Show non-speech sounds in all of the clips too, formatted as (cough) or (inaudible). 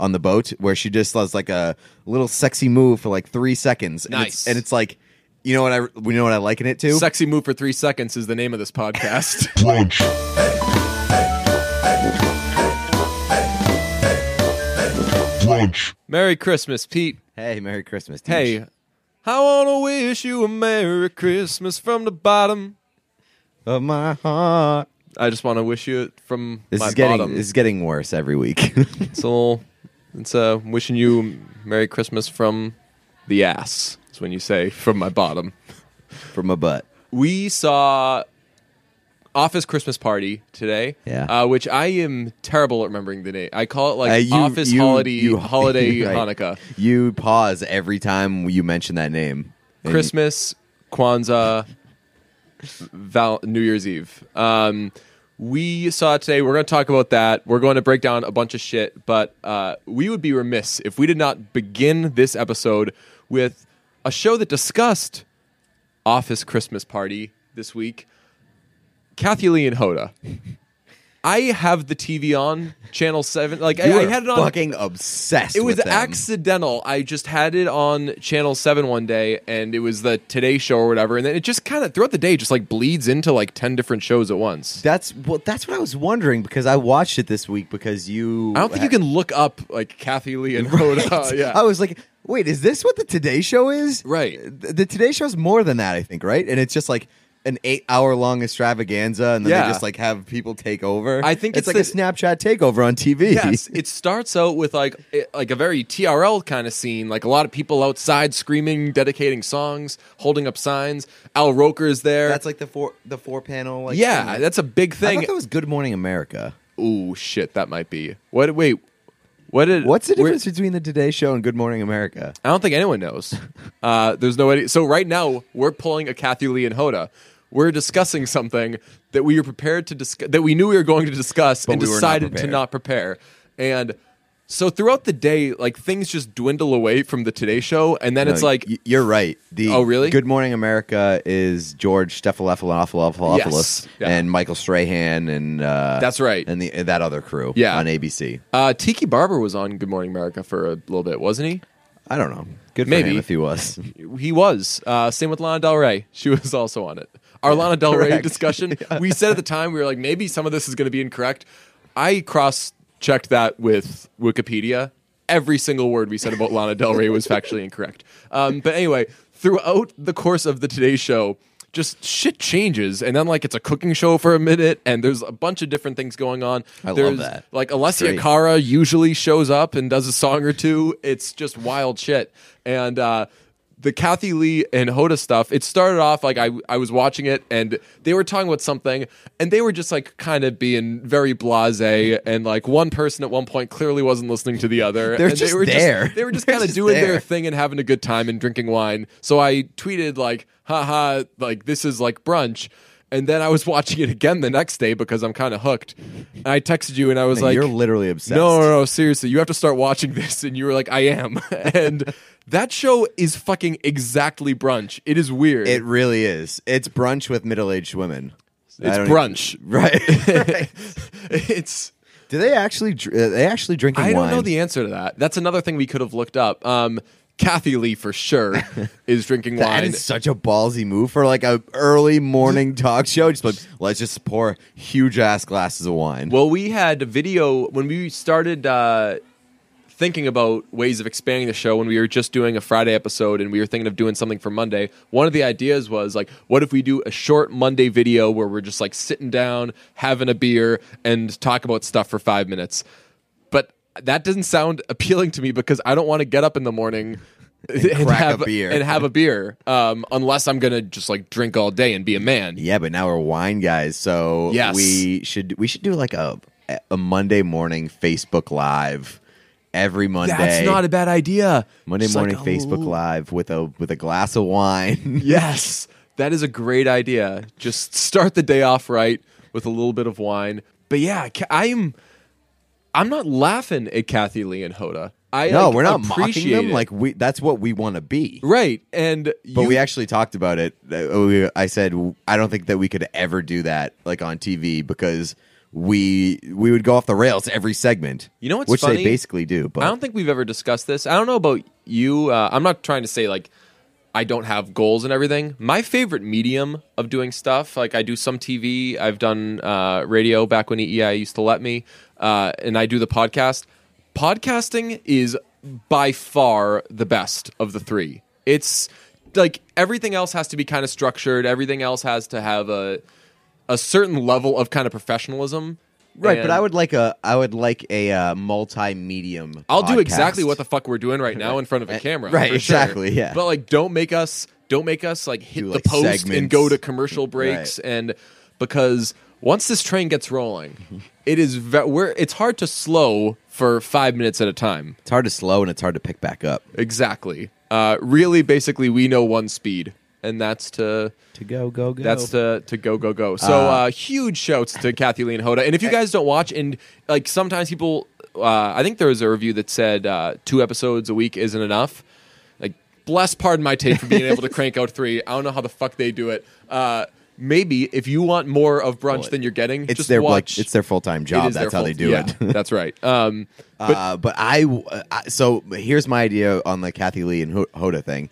on the boat where she just does like a little sexy move for like three seconds. And Nice. It's, and it's like, you know what I, you know what I liken it to? Sexy move for three seconds is the name of this podcast. (laughs) Brunch. Brunch. Merry Christmas, Pete. hey, Merry Christmas. Teach. Hey, I want to wish you a Merry Christmas from the bottom. of my heart. I just want to wish you it from This my is getting bottom. this is getting worse every week. (laughs) So it's uh, wishing you Merry Christmas from the ass. That's when you say from my bottom. From a butt. We saw Office Christmas Party today. Yeah. Uh, which I am terrible at remembering the name. I call it like Uh, you- Office you- Holiday you- (laughs) Holiday right. Hanukkah. You pause every time you mention that name. And- Christmas, Kwanzaa, Val- New Year's Eve. Um, we saw it today. We're going to talk about that. We're going to break down a bunch of shit, but uh, we would be remiss if we did not begin this episode with a show that discussed Office Christmas Party this week. Kathy Lee (laughs) and Hoda. I have the TV on channel seven. Like I, You I were had it on fucking obsessed. it was with them. accidental. I just had it on Channel Seven one day, and it was the Today Show or whatever, and then it just kind of throughout the day just like bleeds into like ten different shows at once. That's well. That's what I was wondering because I watched it this week because you. I don't think you can look up like Kathy Lee and Right. Rhoda. uh, (laughs) yeah, I was like, wait, is this what the Today Show is? Right. Th- The Today Show is more than that, I think. Right, and it's just like an eight-hour-long extravaganza, and then Yeah. they just like have people take over. I think it's, it's like the- a Snapchat takeover on TV. yes. It starts out with like it, like a very TRL kind of scene, like a lot of people outside screaming, dedicating songs, holding up signs. Al Roker's (laughs) there. that's like the four the four panel. Like, yeah, thing. that's a big I thing. thought that was Good Morning America. Ooh, shit, that might be. What? Wait, what did? What's the where- difference between the Today Show and Good Morning America? I don't think anyone knows. (laughs) Uh, there's no idea. So right now we're pulling a Kathy Lee and Hoda. We're discussing something that we were prepared to discuss, that we knew we were going to discuss, and we were not decided to prepared. not prepare. And so throughout the day, like things just dwindle away from the Today Show, and then it's No, like y- you're right. The Oh, really? Good Morning America is George Stephalopoulos Yes. Yeah. and Michael Strahan and uh, That's right. and the, and that other crew Yeah. on ABC. uh, Tiki Barber was on Good Morning America for a little bit, wasn't I don't know. Good for Maybe. him if he was. (laughs) he? He was. Uh, same with Lana Del Rey. She (laughs) was also on it. Our Lana Del Rey correct. (laughs) discussion. We said at the time we were like, maybe some of this is going to be incorrect. I cross-checked that with Wikipedia. Every single word we said about Lana Del Rey was factually incorrect. Um, but anyway, throughout the course of the Today Show, just shit changes, and then like it's a cooking show for a minute, and there's a bunch of different things going on. I love there's, that. Like Alessia Great. Cara usually shows up and does a song or two. It's just wild shit. And uh, the Kathy Lee and Hoda stuff, it started off like I, I was watching it and they were talking about something and they were just like kind of being very blase. And like one person at one point clearly wasn't listening to the other. They're and just they were there. Just, they were (laughs) just They're kind of just doing their there. thing and having a good time and drinking wine. So I tweeted like, haha, like this is like brunch. And then I was (laughs) watching it again the next day because I'm kind of hooked. And I texted you and I was like, you're literally obsessed. no, no, no, seriously, you have to start watching (laughs) this. And you were like, I am. (laughs) and that show is fucking exactly brunch. It is weird. It really is. It's brunch with middle-aged women. it's I don't brunch. even- right? (laughs) right. it's. Do they actually? dr- uh, They actually drinking I don't wine? know the answer to that. That's another thing we could have looked up. Um, Kathy Lee for sure (laughs) is drinking That wine. is such a ballsy move for like a early morning talk show. Just like let's just pour huge ass glasses of wine. Well, we had video when we started uh, thinking about ways of expanding the show when we were just doing a Friday episode and we were thinking of doing something for Monday. One of the ideas was like, what if we do a short Monday video where we're just like sitting down, having a beer, and talk about stuff for five minutes? But that doesn't sound (laughs) appealing to me because I don't want to get up in the morning. (laughs) And, crack a have beer. and have a beer, um, unless I'm gonna just like drink all day and be a man. Yeah, but now we're wine guys, so Yes. we should we should do like a a Monday morning Facebook Live every Monday. That's not a bad idea. Monday Just, like, morning a Facebook Live with a with a glass of wine. (laughs) Yes, that is a great idea. Just start the day off right with a little bit of wine. But yeah, Ca- I'm I'm not laughing at Kathy Lee and Hoda. I no, like, we're not mocking appreciate them. it. Like we that's what we want to be. right, and But you, we actually talked about it. Uh, we- I said I don't think that we could ever do that like on TV because we we would go off the rails every segment. You know what's which funny? they basically do. But I don't think we've ever discussed this. I don't know about you. Uh, I'm not trying to say like I don't have goals and everything. My favorite medium of doing stuff, like I do some TV. I've done uh, radio back when EEI used to let me, uh, and I do the podcast. Podcasting is by far the best of the three. It's like everything else has to be kind of structured. Everything else has to have a a certain level of kind of professionalism. right, but And- I would like a I would like a uh, multi-medium. I'll do podcast. exactly what the fuck we're doing right now in front of a camera. right, for sure. exactly, yeah. But like, don't make us don't make us like hit Do, the like, post and segments. go to commercial breaks and because once this train (laughs) gets rolling, it is ve- we're it's hard to slow for five minutes at a time. It's hard to slow and it's hard to pick back up. Exactly. Uh, really, basically, we know one speed, and that's to To go, go, go. that's to to go go go. So uh, Uh, huge shouts to Kathy Lee and Hoda. And if you guys don't watch, and like sometimes people, uh, I think there was a review that said uh, two episodes a week isn't enough. Like, bless, pardon my take for being (laughs) able to crank out three. I don't know how the fuck they do it. Uh, maybe if you want more of brunch than you're getting, it's just their watch. like it's their full-time It job. is That's their how they fault. do Yeah, (laughs) it. that's right. Um, but uh, but I, w- I- so here's my idea on the Kathy Lee and Ho- Hoda thing.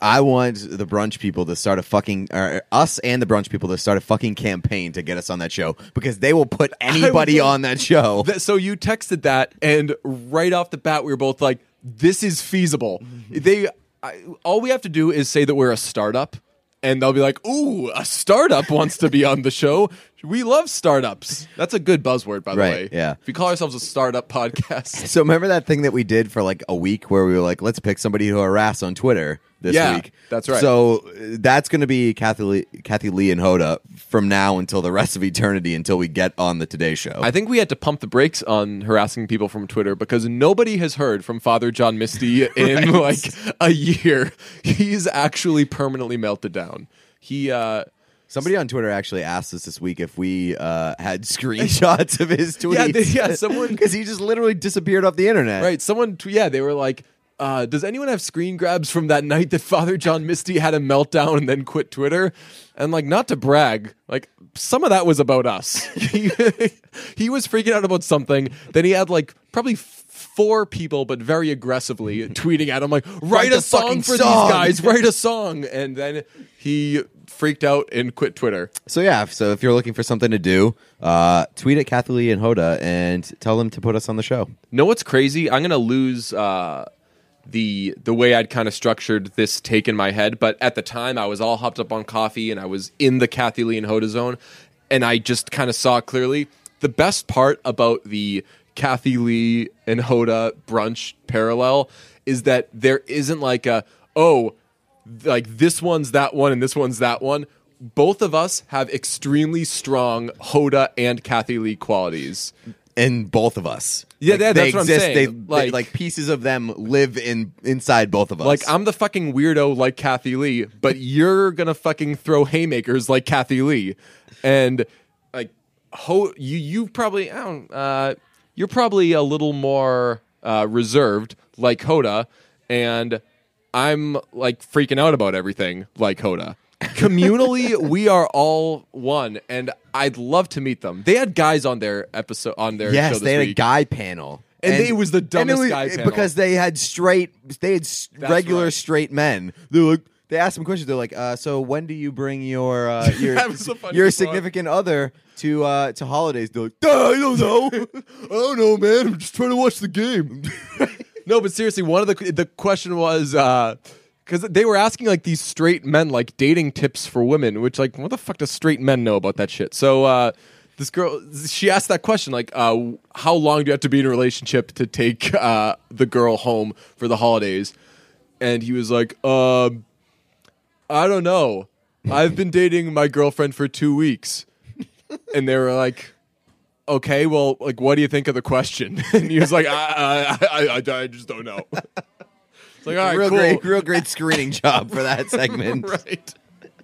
I want the brunch people to start a fucking, or us and the brunch people to start a fucking campaign to get us on that show because they will put anybody love- on that show. That, so you texted that, and right off the bat, we were both like, "This is feasible." Mm-hmm. They, I, all we have to do is say that we're a startup, and they'll be like, "Ooh, a startup wants to be on the show. We love startups." That's a good buzzword, by the Right, way. yeah. if we call ourselves a startup podcast, So remember that thing that we did for like a week where we were like, let's pick somebody who harass on Twitter this Yeah, week. that's right. So uh, that's going to be Kathy Lee, Kathy Lee and Hoda from now until the rest of eternity until we get on the Today Show. I think we had to pump the brakes on harassing people from Twitter because nobody has heard from Father (laughs) John Misty in like a year. He's actually permanently melted down. He. uh Somebody on Twitter actually asked us this week if we uh, (laughs) had screenshots of his tweets. Yeah, they- (laughs) yeah, someone- because he just literally disappeared off the internet. Right. Someone, t- yeah, they were like, uh, does anyone have screen grabs from that night that Father John Misty had a meltdown and then quit Twitter? And like, not to brag, like some of that was about us. (laughs) he, he was freaking out about something. Then he had like probably f- four people, but (laughs) very aggressively tweeting at him like, write, the a song fucking for song." these guys, (laughs) write a song. And then he freaked out and quit Twitter. So yeah, so if you're looking for something to do, uh, tweet at Kathy Lee and Hoda and tell them to put us on the show. Know what's crazy? I'm gonna lose uh, the the way I'd kind of structured this take in my head, but at the time I was all hopped up on coffee and I was in the Kathy Lee and Hoda zone, and I just kind of saw clearly the best part about the Kathy Lee and Hoda brunch parallel is that there isn't like a oh like this one's that one and this one's that one. Both of us have extremely strong Hoda and Kathy Lee qualities. And both of us. Yeah, they yeah, that's what I'm exist. saying. They, Like- like, like pieces of them live in inside both of us. Like I'm the fucking weirdo like Kathy Lee, (laughs) but you're gonna fucking throw haymakers like Kathy Lee, and like ho you you probably I don't uh you're probably a little more uh reserved like Hoda, and I'm like freaking out about everything like Hoda. (laughs) Communally, we are all one, and I'd love to meet them. They had guys on their episode on their show yes, this they had a week. guy panel. And they was the and it dumbest was- guy panel. because they had straight, they had s That's regular right. straight men. They were like, they asked them questions. They're like, uh, "So when do you bring your uh, (laughs) your That was the funniest your one. significant other to uh, to holidays?" They're like, "Duh, "I don't (laughs) know, I don't know, man. I'm just trying to watch the game." (laughs) No, but seriously, one of the the question was because they were asking like these straight men like dating tips for women, which like what the fuck does straight men know about that shit? So uh, this girl she asked that question like, uh, how long do you have to be in a relationship to take uh, the girl home for the holidays? And he was like, um, I don't know. I've been dating my girlfriend for two weeks, and they were like okay, well, like, what do you think of the question? (laughs) And he was like, I, I, I, I, I just don't know. (laughs) It's like, all right, real cool. great, real great screening job for that segment. (laughs) right.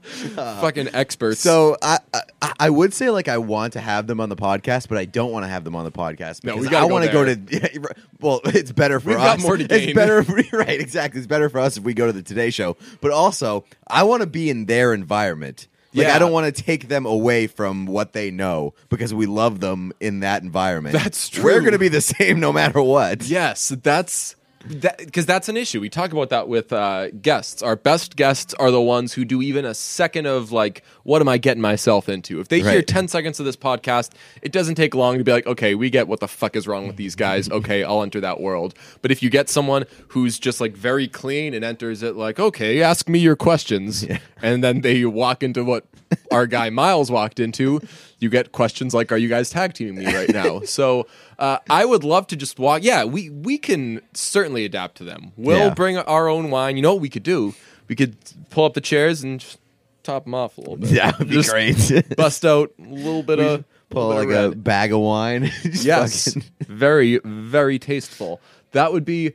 Fucking experts. Uh, So I, I I would say like I want to have them on the podcast, but I don't want to have them on the podcast No, because we I gotta go want to go there. to. (laughs) yeah, right. well, it's better for We've us. got more to gain. It's better, (laughs) right? Exactly. It's better for us if we go to the Today Show. But also, I want to be in their environment. Like Yeah. I don't want to take them away from what they know because we love them in that environment. That's We're true. going to be the (laughs) same no matter what. (laughs) Yes, that's that because that's an issue. We talk about that with uh, guests. Our best guests are the ones who do even a second of like, what am I getting myself into? If they hear Right. ten seconds of this podcast, it doesn't take long to be like, okay, we get what the fuck is wrong with these guys. Okay, I'll enter that world. But if you get someone who's just like very clean and enters it like, okay, ask me your questions, and then they walk into what our guy Miles walked into, you get questions like, "Are you guys tag teaming me right now?" so uh, I would love to just walk. Yeah, we we can certainly adapt to them. We'll Yeah. bring our own wine. You know what we could do? We could pull up the chairs and just top them off a little bit. That would be (laughs) Just great. Bust out a little bit of Pull little like bit a of red. bag of wine. (laughs) Just yes, fucking- very very tasteful. That would be.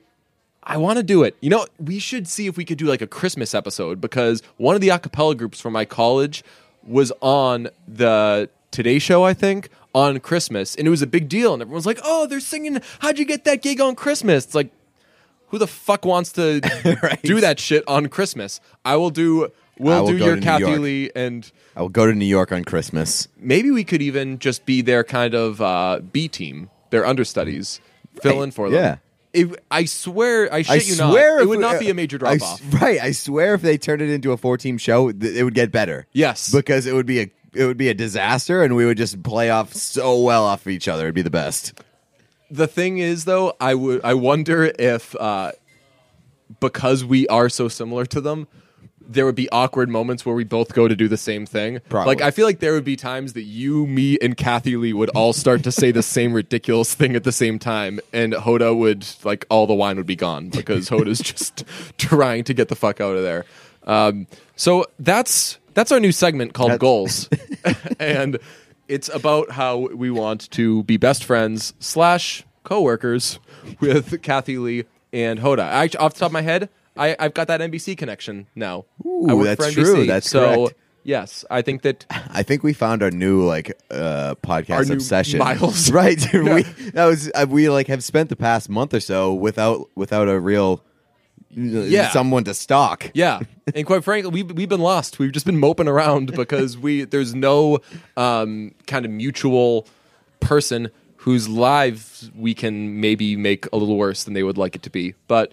I want to do it. You know, we should see if we could do like a Christmas episode because one of the a cappella groups from my college was on the Today Show, I think, on Christmas. And it was a big deal. And everyone's like, oh, they're singing, how'd you get that gig on Christmas? It's like, who the fuck wants to (laughs) Right. do that shit on Christmas? I will do, we'll I will do go your to New Kathy York. Lee and I will go to New York on Christmas. maybe we could even just be their kind of uh, B team, their understudies, fill Right, in for yeah. them. It, I swear, I shit I you swear not, if it would we- uh, not be a major I drop s- off. Right, I swear if they turned it into a four-team show, th- it would get better. Yes. because it would be a it would be a disaster, and we would just play off so well off of each other. It'd be the best. The thing is, though, I would, I wonder if uh, because we are so similar to them, there would be awkward moments where we both go to do the same thing. Probably. Like I feel like there would be times that you, me, and Kathy Lee would all start to say the same ridiculous thing at the same time, and Hoda would like all the wine would be gone because Hoda's (laughs) just trying to get the fuck out of there. Um, so that's that's our new segment (laughs) called Goals, (laughs) and it's about how we want to be best friends slash coworkers with Kathy Lee and Hoda. I, off the top of my head, I, I've got that NBC connection now. I Ooh, work for that's NBC, true. That's so correct. yes, I think that I think we found our new like uh podcast Our new obsession. Miles. (laughs) right? (laughs) we that was uh, we like have spent the past month or so without without a real uh, Yeah. someone to stalk. yeah, and quite frankly, we've we've been lost. We've just been (laughs) moping around because we there's no um, kind of mutual person whose lives we can maybe make a little worse than they would like it to be. But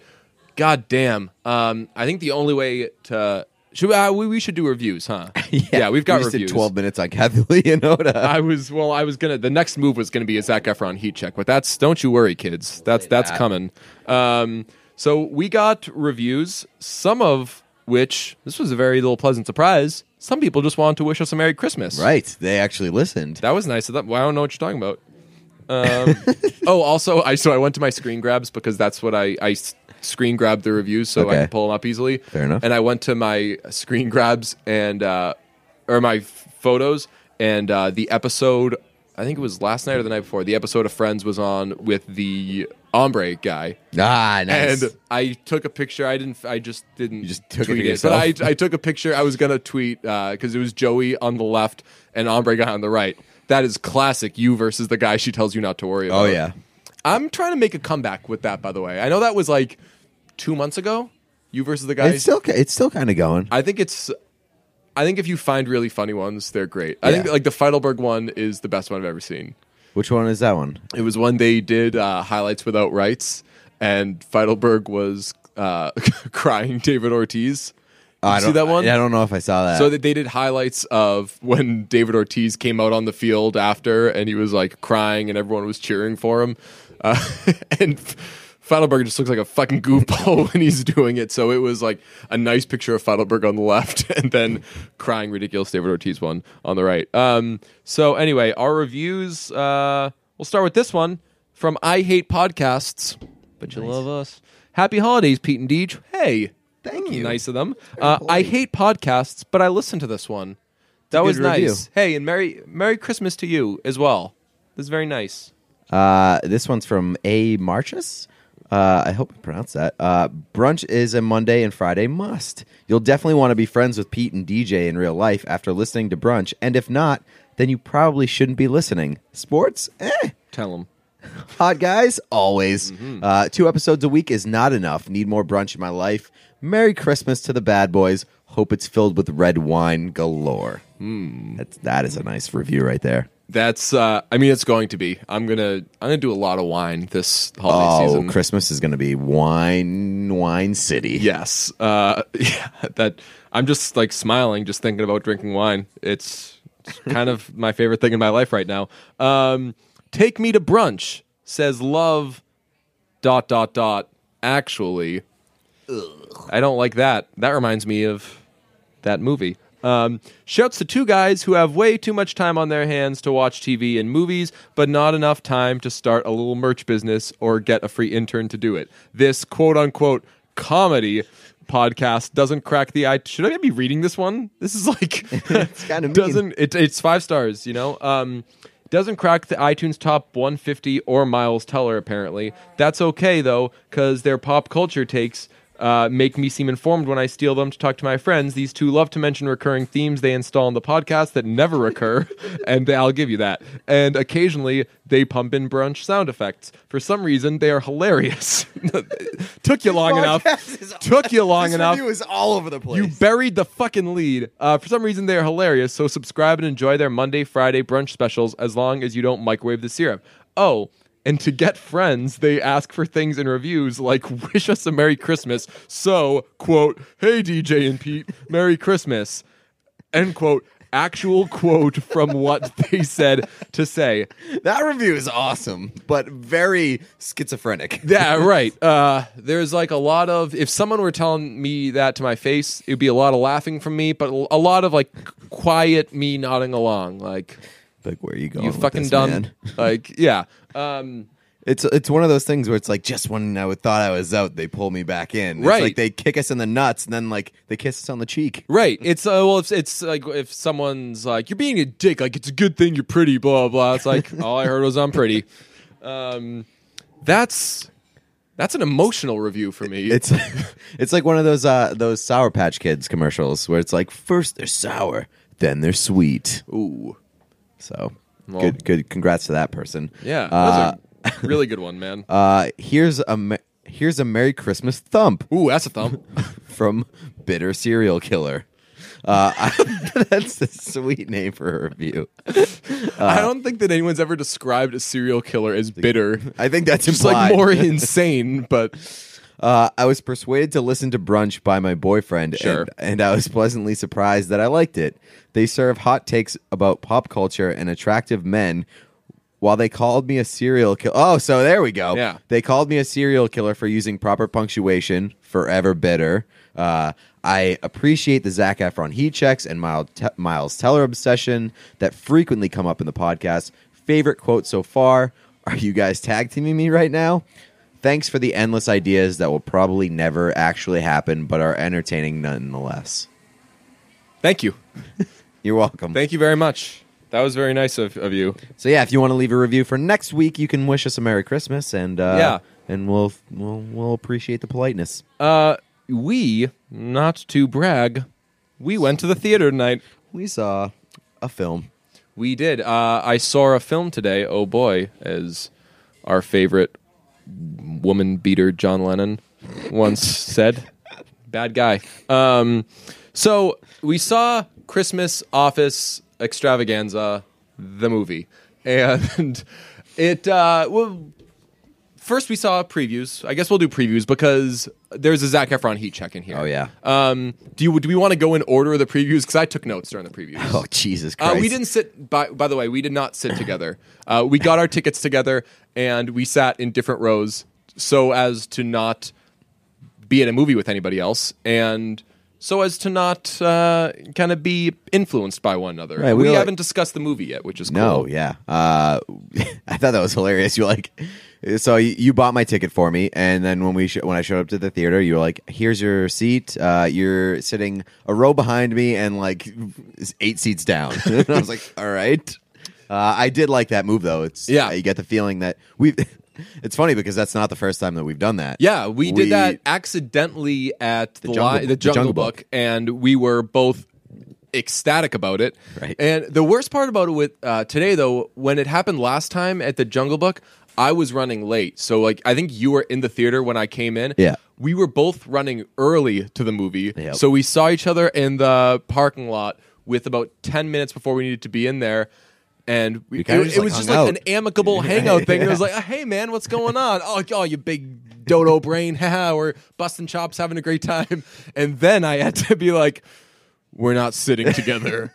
god damn, um, I think the only way to should uh, we, we should do reviews, huh? (laughs) yeah, we've got we just did reviews. twelve minutes on (laughs) Kathy Lee and (laughs) Oda. I was well. I was gonna. The next move was gonna be a Zac Efron heat check, but that's don't you worry, kids. That's that's coming. Um, so we got reviews, some of which this was a very little pleasant surprise. Some people just wanted to wish us a Merry Christmas. Right? They actually listened. That was nice. of them. Well, I don't know what you're talking about. (laughs) Um, oh, also, I so I went to my screen grabs because that's what I I s- screen grabbed the reviews so Okay. I could pull them up easily. Fair enough. And I went to my screen grabs and uh, or my f- photos and uh, the episode. I think it was last night or the night before. The episode of Friends was on with the ombre guy, Ah, nice. and I took a picture. I didn't. I just didn't. You just took it tweet for But I, yourself. I took a picture. I was gonna tweet because it was Joey on the left and Ombre guy on the right. That is classic. You versus the guy she tells you not to worry oh about. yeah. I'm trying to make a comeback with that. By the way, I know that was like two months ago. You versus the guy. It's still it's still kind of going. I think it's. I think if you find really funny ones, they're great. I think Yeah. like the Feidelberg one is the best one I've ever seen. Which one is that one? It was when they did uh, highlights without rights, and Feidelberg was uh, (laughs) crying David Ortiz. Did I you see don't- that one? I don't know if I saw that. So that they did highlights of when David Ortiz came out on the field after, and he was like crying, and everyone was cheering for him. Uh, (laughs) and Feidelberg just looks like a fucking goofball (laughs) when he's doing it. So it was like a nice picture of Feidelberg on the (laughs) left, and then crying ridiculous David Ortiz one on the right. Um, so anyway, our reviews. Uh, we'll start with this one from I Hate Podcasts, but you love us. Happy holidays, Pete and Deej. Hey. Thank you. Nice of them. Uh, I hate podcasts, but I listened to this one. That was good review. nice. Hey, and merry Merry Christmas to you as well. This is very nice. Uh, this one's from A. Marchus. Uh, I hope I pronounced that. Uh, brunch is a Monday and Friday must. You'll definitely want to be friends with Pete and DJ in real life after listening to brunch, and if not, then you probably shouldn't be listening. Sports? Eh. Tell them. Hot guys, always. Mm-hmm. Uh, two episodes a week is not enough. Need more brunch in my life. Merry Christmas to the bad boys. Hope it's filled with red wine galore. Hmm. That's that is a nice review right there. That's uh, I mean it's going to be. I'm gonna I'm gonna do a lot of wine this holiday Oh, season. Christmas is going to be wine, wine city. (laughs) Yes. Uh, yeah, that I'm just like smiling just thinking about drinking wine. It's it's kind of my favorite thing in my life right now. Um, take me to brunch says love dot dot dot actually. I don't like that. That reminds me of that movie. Um, shouts to two guys who have way too much time on their hands to watch TV and movies, but not enough time to start a little merch business or get a free intern to do it. This quote unquote comedy podcast doesn't crack the eye. Should I be reading this one? This is like (laughs) it's (laughs) kinda mean. doesn't it, it's five stars, you know. Um, doesn't crack the iTunes top 150 or Miles Teller apparently. That's okay though, because their pop culture takes uh, make me seem informed when I steal them to talk to my friends. These two love to mention recurring themes they install in the podcast that never recur, (laughs) and they- I'll give you that. And occasionally they pump in brunch sound effects. For some reason, they are hilarious. (laughs) Took you long enough. podcast is- Took you long This enough. review is all over the place. You buried the fucking lead. Uh, for some reason, they are hilarious. So subscribe and enjoy their Monday, Friday brunch specials as long as you don't microwave the syrup. Oh, and to get friends, they ask for things in reviews like (laughs) "Wish us a Merry Christmas." So, quote, "Hey DJ and Pete, Merry Christmas." End quote. Actual quote from what they said to say. that review is awesome, but very schizophrenic. Yeah, right. Uh, there's like a lot of if someone were telling me that to my face, it would be a lot of laughing from me, but a lot of like quiet me nodding along, like (laughs) Like, where are you going? you with fucking Oh, this, dumb. man? (laughs) Like yeah, um, It's it's one of those things where it's like just when I would- thought I was out, they pull me back in. It's Right. like they kick us in the nuts and then like they kiss us on the cheek. right. It's uh, well, it's it's like if someone's like you're being a dick, like it's a good thing you're pretty, blah blah. It's like all I heard was I'm pretty. Um, that's that's an emotional review for me. It's (laughs) it's like one of those uh those Sour Patch Kids commercials where it's like first they're sour, then they're sweet. ooh, So Well- good good congrats to that person. yeah, Uh, that's a really good one, man. (laughs) uh here's a me- here's a Merry Christmas thump. Ooh, that's a thumb. from Bitter Serial Killer. Uh, (laughs) I- that's a sweet name for a review. I don't think that anyone's ever described a serial killer as bitter. I think that's It's implied. (laughs) like more insane, but Uh, I was persuaded to listen to Brunch by my boyfriend, Sure. and, and I was pleasantly surprised that I liked it. They serve hot takes about pop culture and attractive men. While they called me a serial killer, oh, so there we go. Yeah. they called me a serial killer for using proper punctuation. Forever bitter. Uh, I appreciate the Zach Efron heat checks and Miles, Te- Miles Teller obsession that frequently come up in the podcast. Favorite quote so far: Are you guys tag teaming me right now? Thanks for the endless ideas that will probably never actually happen, but are entertaining nonetheless. thank you. You're welcome. Thank you very much. That was very nice of, of you. so yeah, if you want to leave a review for next week, you can wish us a Merry Christmas and uh, Yeah. and we'll we'll we'll appreciate the politeness. Uh, we, not to brag, we went to the theater tonight. We saw a film. (laughs) We did. Uh, I saw a film today, oh boy, as our favorite woman beater John Lennon once said. Bad guy. Um, so we saw Christmas Office Extravaganza, the movie. And (laughs) it, uh, well, first we saw previews. I guess we'll do previews because there's a Zac Efron heat check in here. Oh yeah. Um, do, you, do we want to go in order of the previews? Because I took notes during (laughs) the previews. Oh Jesus Uh, Christ. we didn't sit. By, by the way, we did not sit together. Uh, we got our tickets together and we sat in different rows so as to not be at a movie with anybody else, and so as to not uh, kind of be influenced by one another. Right, we were we like- haven't discussed the movie yet, which is No, cool. yeah. Uh, (laughs) I thought that was hilarious. You like, (laughs) so you, you bought my ticket for me, and then when we sh- when I showed up to the theater, you were like, "Here's your seat. Uh, you're sitting a row behind me, and like (laughs) eight seats down." (laughs) and I was like, "All right." Uh, I did like that move though. It's uh, Yeah. You get the feeling that we've. (laughs) It's funny because that's not the first time that we've done that. Yeah, We- we, did that accidentally at the, Jungle li- Book- the Jungle, Book, Book. and we were both ecstatic about it. Right. And the worst part about it with uh, today, though, when it happened last time at the Jungle Book, I was running late, so like I think you were in the theater when I came in. Yeah. we were both running early to the movie, Yep. so we saw each other in the parking lot with about ten minutes before we needed to be in there. And we, it, kinda just, it like, was just hung like out. an (laughs) amicable hangout thing. It was like, "Hey man, what's going on? Oh, oh, you big dodo brain, (laughs) haha, we're busting chops, having a great time." And then I had to be like, "We're not (laughs) sitting together.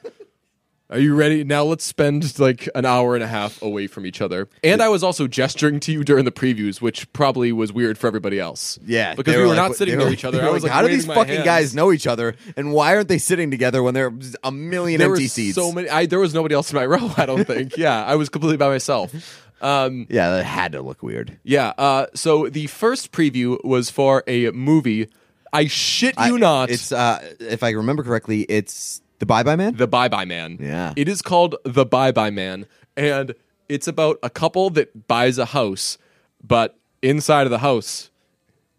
Are you ready? Now let's spend like an hour and a half away from each other." And I was also gesturing to you during the previews, which probably was weird for everybody else. Yeah, because they we were like- not sitting they near were- (laughs) each they other. were I was like, how do waving these my fucking hands. guys know each other, and why aren't they sitting together when there are a million There were empty seats? so many. I, there was nobody else in my (laughs) row. I don't think. yeah, I was completely by myself. Mm-hmm. Um, yeah, that had to look weird. Yeah. Uh, so the first preview was for a movie. I shit you I- not. It's uh, if I remember correctly, it's the Bye Bye Man. the Bye Bye Man. Yeah. It is called The Bye Bye Man, and it's about a couple that buys a house, but inside of the house,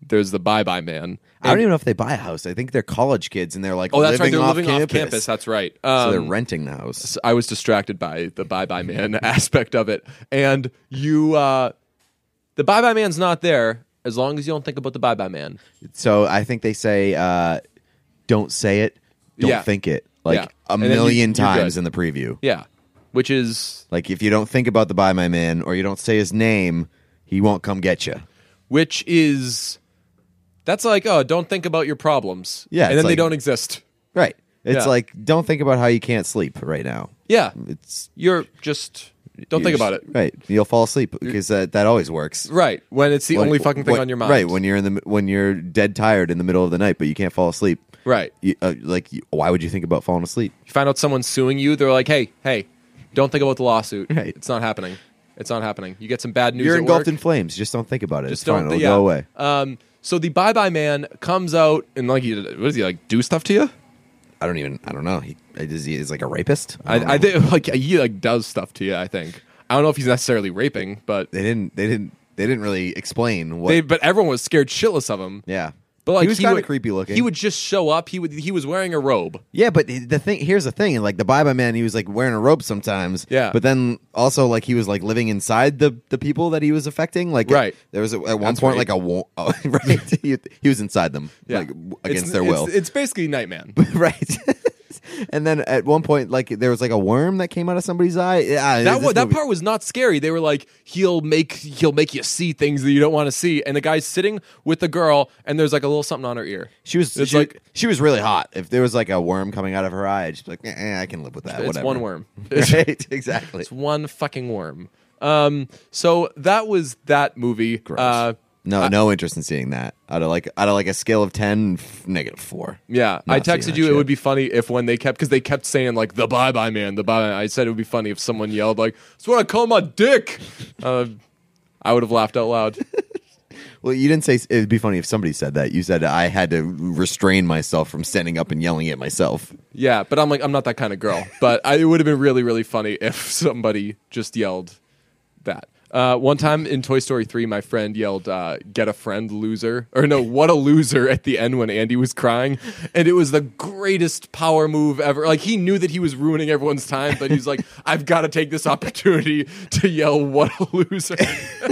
there's the Bye Bye Man. I don't even know if they buy a house. I think they're college kids and they're like Oh, that's right. living They're off living campus. off campus. That's right. so they're Um, renting the house. I was distracted by the Bye Bye (laughs) Man aspect of it. And you, uh, the Bye Bye Man's not there as long as you don't think about the Bye Bye Man. So I think they say, uh, "Don't say it, don't Yeah. think it," like Yeah. a And then you- 1000000 you're good. times in the preview. Yeah. Which is Like if you don't think about the Bye Bye Man or you don't say his name, he won't come get you. which is that's like oh don't think about your problems Yeah, and it's then they like- don't exist Right. It's Yeah. like don't think about how you can't sleep right now. yeah It's you're just don't you're think about it just- Right. You'll fall asleep because that, that always works. right when it's the Like, only fucking thing what- on your mind Right, when you're in the when you're dead tired in the middle of the night but you can't fall asleep. Right. You, uh, like you- why would you think about falling asleep? you find out someone's suing you they're like hey hey don't think about the lawsuit Right. it's not happening it's not happening you get some bad news You're at engulfed work. in flames. Just don't think about it. just it's don't fine. It'll yeah. go away. um so the bye bye man comes out and like he what does he like do stuff to you I don't even I don't know. He is he is like a rapist? don't I, know. I think (laughs) like he like does stuff to you I think I don't know if he's necessarily raping but they didn't they didn't they didn't really explain what they but everyone was scared shitless of him Yeah. But like he was kind would- of creepy looking. He would just show up. He would he was wearing a robe. Yeah, but the thing here's the thing, like the Bye Bye Man, he was like wearing a robe sometimes. Yeah. but then also like he was like living inside the the people that he was affecting. Like Right. there was at one That's point right. like a war- (laughs) oh, right, he, he was inside them, Yeah. like w- It's- against their will, It's, it's (laughs) basically Nightman. (laughs) right. and then at one point, like there was like a worm that came out of somebody's eye. Yeah, That this wa- that movie- part was not scary. They were like, he'll make he'll make you see things that you don't want to see. And the guy's sitting with the girl, and there's like a little something on her ear. She was It's she, like- like she was really hot. If there was like a worm coming out of her eye, she's like, eh, eh, I can live with that. It's whatever. one worm. (laughs) (laughs) right? Exactly. It's one fucking worm. Um. So that was that movie. Uh, no, no interest in seeing that. Out of like out of like a scale of ten, f- negative four. Yeah, I Not seeing texted that you. It shit. would be funny if when they kept because they kept saying like the bye bye man, the bye bye. I said it would be funny if someone yelled like, "That's what I call my dick." Uh, I would have laughed out loud. Well, you didn't say it'd be funny if somebody said that. You said I had to restrain myself from standing up and yelling at myself. Yeah, but I'm like I'm not that kind of girl. But I, it would have been really really funny (laughs) if somebody just yelled that. Uh, one time in Toy Story 3, my friend yelled, uh, Get a friend, loser. Or no, what a loser at the end when Andy was crying. And it was the greatest power move ever. Like, he knew that he was ruining everyone's time, but he's like, (laughs) I've got to take this opportunity to yell, What a loser. (laughs)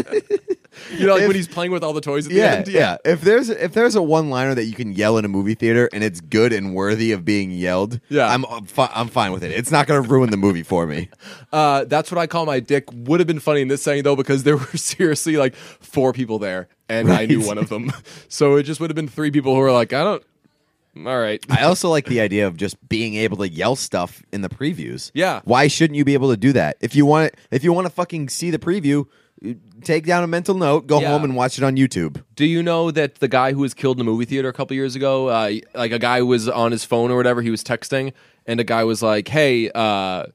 you know, like when he's playing with all the toys at the end. If there's if there's a one liner that you can yell in a movie theater and it's good and worthy of being yelled, Yeah. I'm uh, fi- I'm fine with it. It's not going to ruin the movie for me. Uh, that's what I call my dick. Would have been funny in this setting though, because there were (laughs) seriously like four people there, and I knew one of them. (laughs) So it just would have been three people who were like, I don't. All right. I also like the idea of just being able to yell stuff in the previews. Yeah. Why shouldn't you be able to do that? If you want if you want to fucking see the preview, take down a mental note, go Yeah. home and watch it on YouTube. Do you know that the guy who was killed in a movie theater a couple years ago, uh, like a guy was on his phone or whatever, he was texting, and a guy was like, "Hey, uh,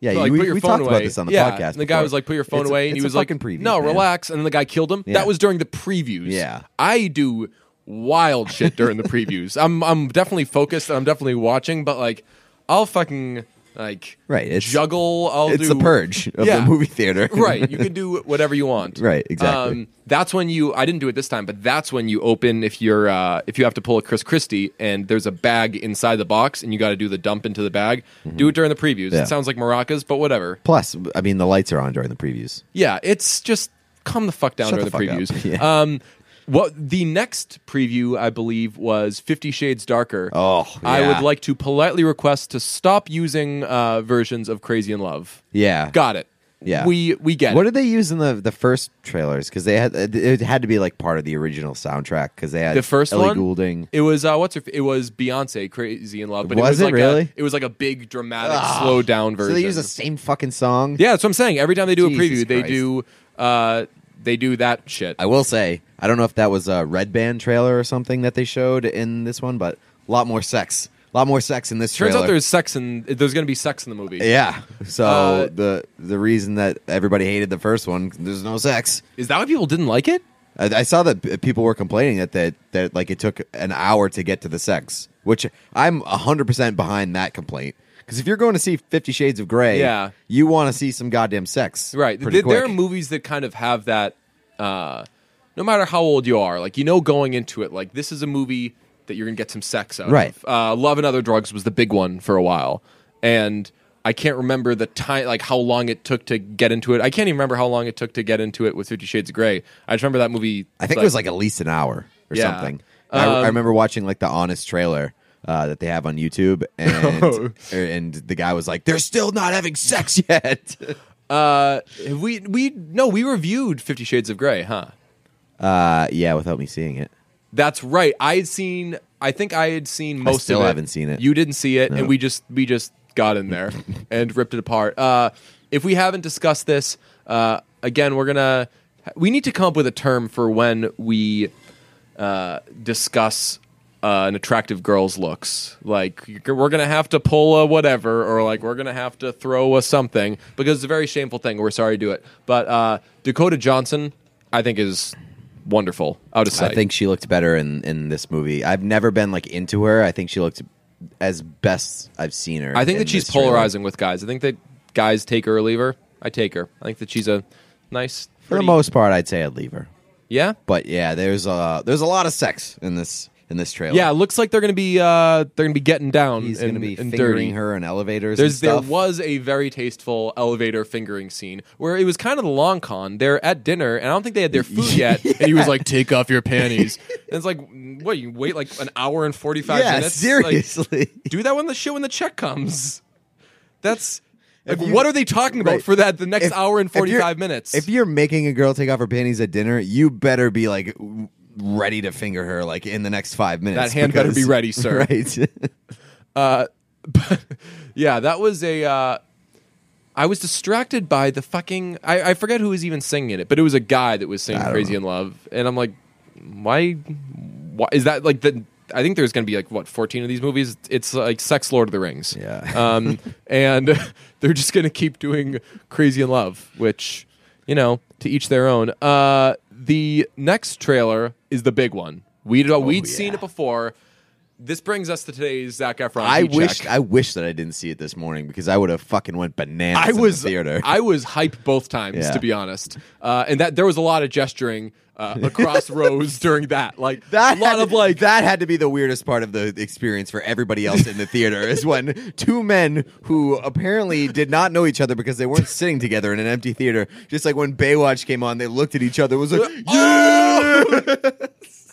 Yeah, like, you, we, put your we phone talked away." about this on the yeah. podcast. And the guy before. was like, "Put your phone It's a- away," and he it's a was like, fucking preview, "No, man. relax." And then the guy killed him. Yeah. That was during the previews. Yeah. I do wild shit (laughs) during the previews. I'm I'm definitely focused and I'm definitely watching, but like, I'll fucking like Right, it's- juggle. I'll It's do the purge of Yeah. the movie theater. (laughs) right. (laughs) You can do whatever you want. Um, Right, exactly. that's when you. I didn't do it this time, but that's when you open if you're uh, if you have to pull a Chris Christie and there's a bag inside the box and you got to do the dump into the bag. Do it during the previews. Mm-hmm. Yeah. It sounds like maracas, but whatever. Plus, I mean, the lights are on during the previews. Yeah, it's just calm the fuck down Shut during the, the fuck previews. up. (laughs) Yeah. Um, what the next preview I believe was Fifty Shades Darker. Oh, I yeah. would like to politely request to stop using uh, versions of Crazy in Love. Yeah. Got it. Yeah. we we get What it. did they use in the the first trailers? Because they had it had to be like part of the original soundtrack. Because they had the first Ellie one. Goulding. It was uh, what's her, it was Beyonce Crazy in Love, but Was it was it like really? a, it was like a big dramatic Ah. slow down So version. they use the same fucking song. Yeah, that's what I'm saying. Every time they do a Jesus preview, they Christ. do uh, they do that shit. I will say I don't know if that was a Red Band trailer or something that they showed in this one, but a lot more sex. A lot more sex in this Turns trailer. out there's sex in there's going to be sex in the movie. yeah. So Uh, the the reason that everybody hated the first one, there's no sex. Is that why people didn't like it? I, I saw that p- people were complaining that, that that like it took an hour to get to the sex, which I'm hundred percent behind that complaint. Because if you're going to see Fifty Shades of Grey, Yeah. you want to see some goddamn sex, Right. Pretty There, there are quick. movies that kind of have that. Uh, no matter how old you are, like you know, going into it, like this is a movie that you're gonna get some sex out Right. of. Uh, Love and Other Drugs was the big one for a while, and I can't remember the time, like how long it took to get into it. I can't even remember how long it took to get into it with Fifty Shades of Grey. I just remember that movie. I think it was like at least an hour or Yeah. something. I, I Um, remember watching like the honest trailer uh, that they have on YouTube, and (laughs) er, and the guy was like, "They're still not having sex yet." (laughs) Uh, have we we no, we reviewed Fifty Shades of Grey, huh? uh, yeah, without me seeing it. That's right. I had seen. I think I had seen most. still of it. haven't seen it. You didn't see it, and we just we just got in (laughs) there and ripped it apart. Uh, if we haven't discussed this uh, again, we're gonna we need to come up with a term for when we uh, discuss. Uh, an attractive girl's looks like you're- we're gonna have to pull a whatever or like we're gonna have to throw a something because it's a very shameful thing we're sorry to do it but uh, dakota johnson i think is wonderful out of sight I think she looked better in in this movie. I've never been like into her. I think she looked as best I've seen her. I in think that she's this trailer. polarizing with guys. I think that guys take her or leave her. I take her. I think that she's a nice. for the pretty- most part. I'd say I'd leave her, Yeah. but yeah, there's a there's a lot of sex in this in this trailer. Yeah. it Looks like they're gonna be uh they're gonna be getting down. he's and, gonna be and fingering dirty. her in elevators. and There's there stuff. was a very tasteful elevator fingering scene where it was kind of the long con. They're at dinner and I don't think they had (laughs) their food yet. And he was like, "Take off your panties." and it's like, what? You wait like an hour and forty five yeah, minutes? Like, seriously. do that when the shit when the (laughs) check comes. That's like, If you- what are they talking about Right. for that the next If- hour and if you're- forty five minutes? If you're making a girl take off her panties at dinner, you better be like w- ready to finger her like in the next five minutes. That hand better because- be ready, sir. (laughs) Right. but yeah, that was a. Uh, I was distracted by the fucking. I, I forget who was even singing it, but it was a guy that was singing I don't "Crazy in Love," and I'm like, why? Why is that like the? I think there's going to be like what 14 of these movies. It's like sex Lord of the Rings. Yeah. (laughs) Um, and (laughs) they're just going to keep doing "Crazy in Love," which you know, to each their own. Uh, the next trailer is the big one. We'd uh, we'd seen Oh, yeah. it before. This brings us to today's Zach Efron. I heat wish check. I wish that I didn't see it this morning because I would have fucking went bananas. I in the was theater. I was hyped both times, Yeah. to be honest. Uh, and that there was a lot of gesturing uh, (laughs) across rows during that, like (laughs) that a had, lot of like. that had to be the weirdest part of the experience for everybody else in the theater is when two men who apparently did not know each other because they weren't sitting together in an empty theater just like when Baywatch came on they looked at each other it was (laughs) like (laughs) "Oh! this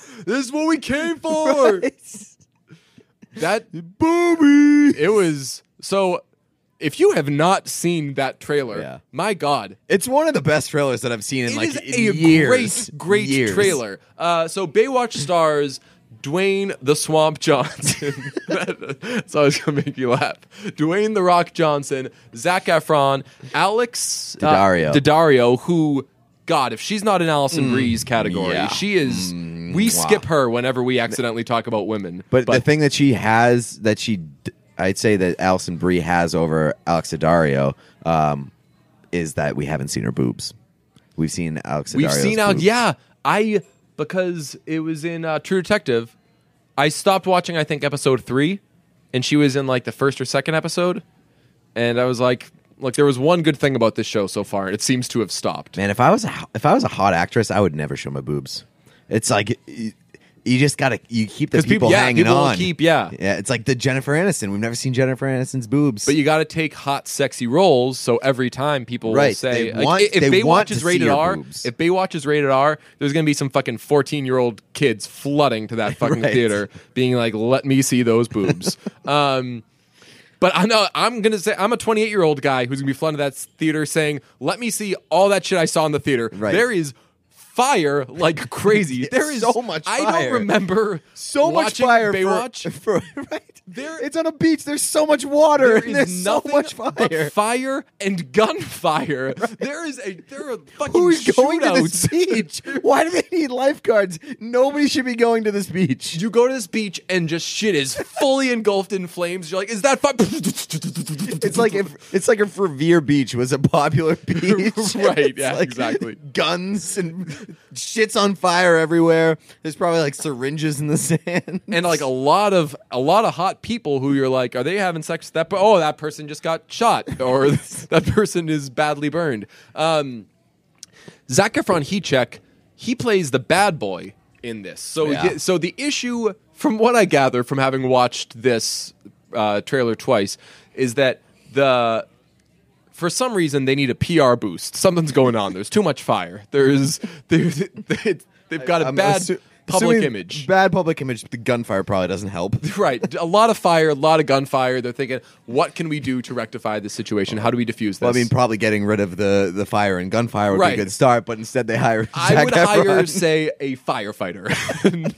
is what we came for. That booby it was so. If you have not seen that trailer, Yeah. my God, It's one of the best trailers that I've seen in It like is in years. great, great Years. trailer. Uh, so Baywatch stars Dwayne the Swamp Johnson. (laughs) That's always gonna make you laugh. Dwayne the Rock Johnson, Zach Efron, Alex uh, Daddario. Mm. Daddario, who. God, if she's not in Allison Breeze category, yeah. Mm. she is. we mwah. skip her whenever we accidentally talk about women. But, the thing that she has that she, d- I'd say that Allison Brie has over Alex Daddario, um, is that we haven't seen her boobs. We've seen Alex. We've Daddario's seen out. boobs. Yeah, I because it was in uh, True Detective. I stopped watching. I think episode three, and she was in like the first or second episode, and I was like, like there was one good thing about this show so far, and it seems to have stopped. Man, if I was a, if I was a hot actress, I would never show my boobs. It's like You just gotta you keep the 'Cause people- people, yeah, hanging people will on. keep- yeah. yeah. It's like the Jennifer Aniston. We've never seen Jennifer Aniston's boobs. But you got to take hot, sexy roles. So every time people will Right, say, they like, want- if they Baywatch want to is see rated your R, boobs. if Baywatch is rated R, there's going to be some fucking 14 year old kids flooding (laughs) to that fucking Right. theater, being like, "Let me see (laughs) those boobs." um, but I know I'm gonna say I'm a 28 year old guy who's gonna be flooding to that s- theater, saying, "Let me see all that shit I saw in the theater." Right. There is. Fire (laughs) like crazy. There is so much I don't fire. remember so much watching fire for- Baywatch. (laughs) for, right. There- it's on a beach. There's so much water. There and is there's so nothing much but fire. fire and gunfire. (laughs) There is a there are fucking Who's going to shootouts. (laughs) this beach? Why do they need lifeguards? Nobody should be going to this beach. You go to this beach and just shit is fully engulfed in flames. You're like, is that fire? It's like if it's like if Revere Beach was a (laughs) popular beach, Right, It's yeah, exactly. Guns and shits on fire everywhere. There's probably like syringes in the (laughs) sand and like a lot of a lot of hot people who you're like, are they having sex with that? per- Oh, that person just got shot, or (laughs) that person is badly burned. Um, Zac Efron, he check, he plays the bad boy in this. So Yeah. y- so the issue, from what I gather from having watched this uh, trailer twice, is that the for some reason they need a PR boost. Something's going on. There's too much fire. There's (laughs) there's it's- they've got a I'm bad assu- public assuming image. Bad public image. The gunfire probably doesn't help. (laughs) (laughs) Right. A lot of fire, a lot of gunfire. They're thinking, what can we do to rectify this situation? How do we diffuse this? Well, I mean, probably getting rid of the, the fire and gunfire would Right. be a good start, but instead they hire. I Zac would Efron. hire, say, a firefighter.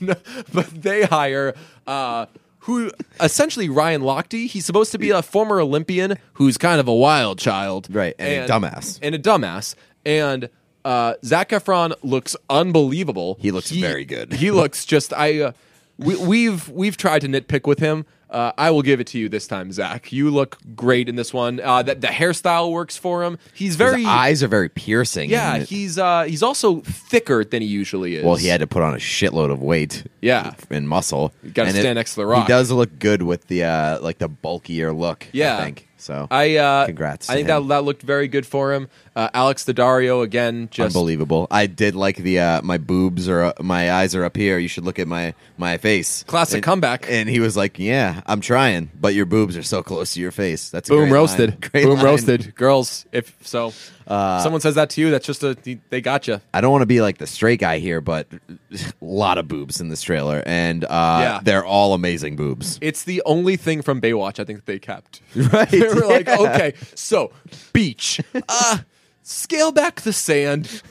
(laughs) No, but they hire uh, who essentially Ryan Lochte. He's supposed to be a former Olympian who's kind of a wild child. Right, and a dumbass. And a dumbass. And uh, Zach Efron looks unbelievable. He looks very good. he looks just I uh, we, we've we've tried to nitpick with him. Uh, I will give it to you this time, Zach. You look great in this one. Uh, that the hairstyle works for him. He's (laughs) very His eyes are very piercing. yeah. and it- He's uh, he's also thicker than he usually is. well, he had to put on a shitload of weight. Yeah. and muscle. gotta And stand next to The He Rock. does look good with the uh, like the bulkier look. Yeah. I think so. I uh, Congrats I to think him. that that looked very good for him. Uh, Alex Daddario again, just Unbelievable. I did like the uh, my boobs are up, my eyes are up here. You should look at my my face. Classic And- comeback. And he was like, "Yeah, I'm trying, but your boobs are so close to your face." That's a great boom line. (laughs) roasted, Great boom line. roasted. Girls, if so, Uh, someone says that to you, that's just a they got you. I don't want to be like the straight guy here, but (laughs) a lot of boobs in this trailer, and uh, Yeah. they're all amazing boobs. It's the only thing from Baywatch I think that they kept. (laughs) (laughs) Right, they were like, yeah. okay, so beach, uh, scale back the sand,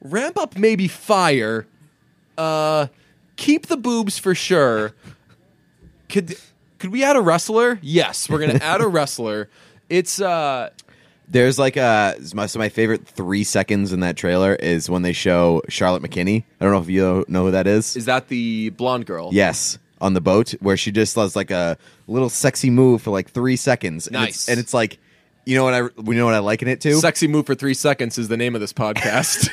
ramp up maybe fire, uh, keep the boobs for sure. Could could we add a wrestler? Yes, we're gonna (laughs) add a wrestler. It's uh, There's like a my, so my favorite three seconds in that trailer is when they show Charlotte McKinney. I don't know if you know who that is. is that the blonde girl? yes, on the boat where she just does like a little sexy move for like three seconds. And Nice. it's, and it's like, you know what I we know what I liken it to. Sexy move for three seconds is the name of this (laughs) podcast.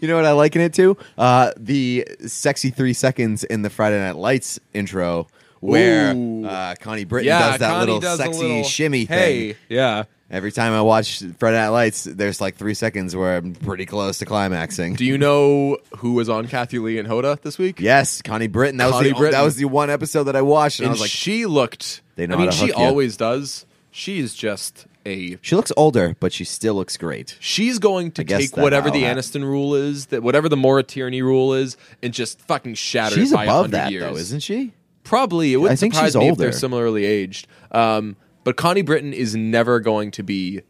You know what I liken it to? Uh, the sexy three seconds in the Friday Night Lights intro. Where Ooh. uh, Connie Britton yeah, does that Connie little does a sexy little, shimmy hey, thing. Yeah. Every time I watch Friday Night Lights, there's like three seconds where I'm pretty close to climaxing. Do you know who was on Kathy Lee and Hoda this week? Yes, Connie Britton. That Connie was the, Britton. that was the one episode that I watched, and, and I was like, she, she looked. They know I mean, how to she hook you. always does. She is just a. looks older, but she still looks great. She's going to guess take that whatever the that'll happen. Aniston rule is, that whatever the Maura Tierney rule is, and just fucking shatter She's it by above 100 that years. though, isn't she? Probably. It wouldn't I think surprise she's me if older. they're similarly aged. Um, but Connie Britton is never going to be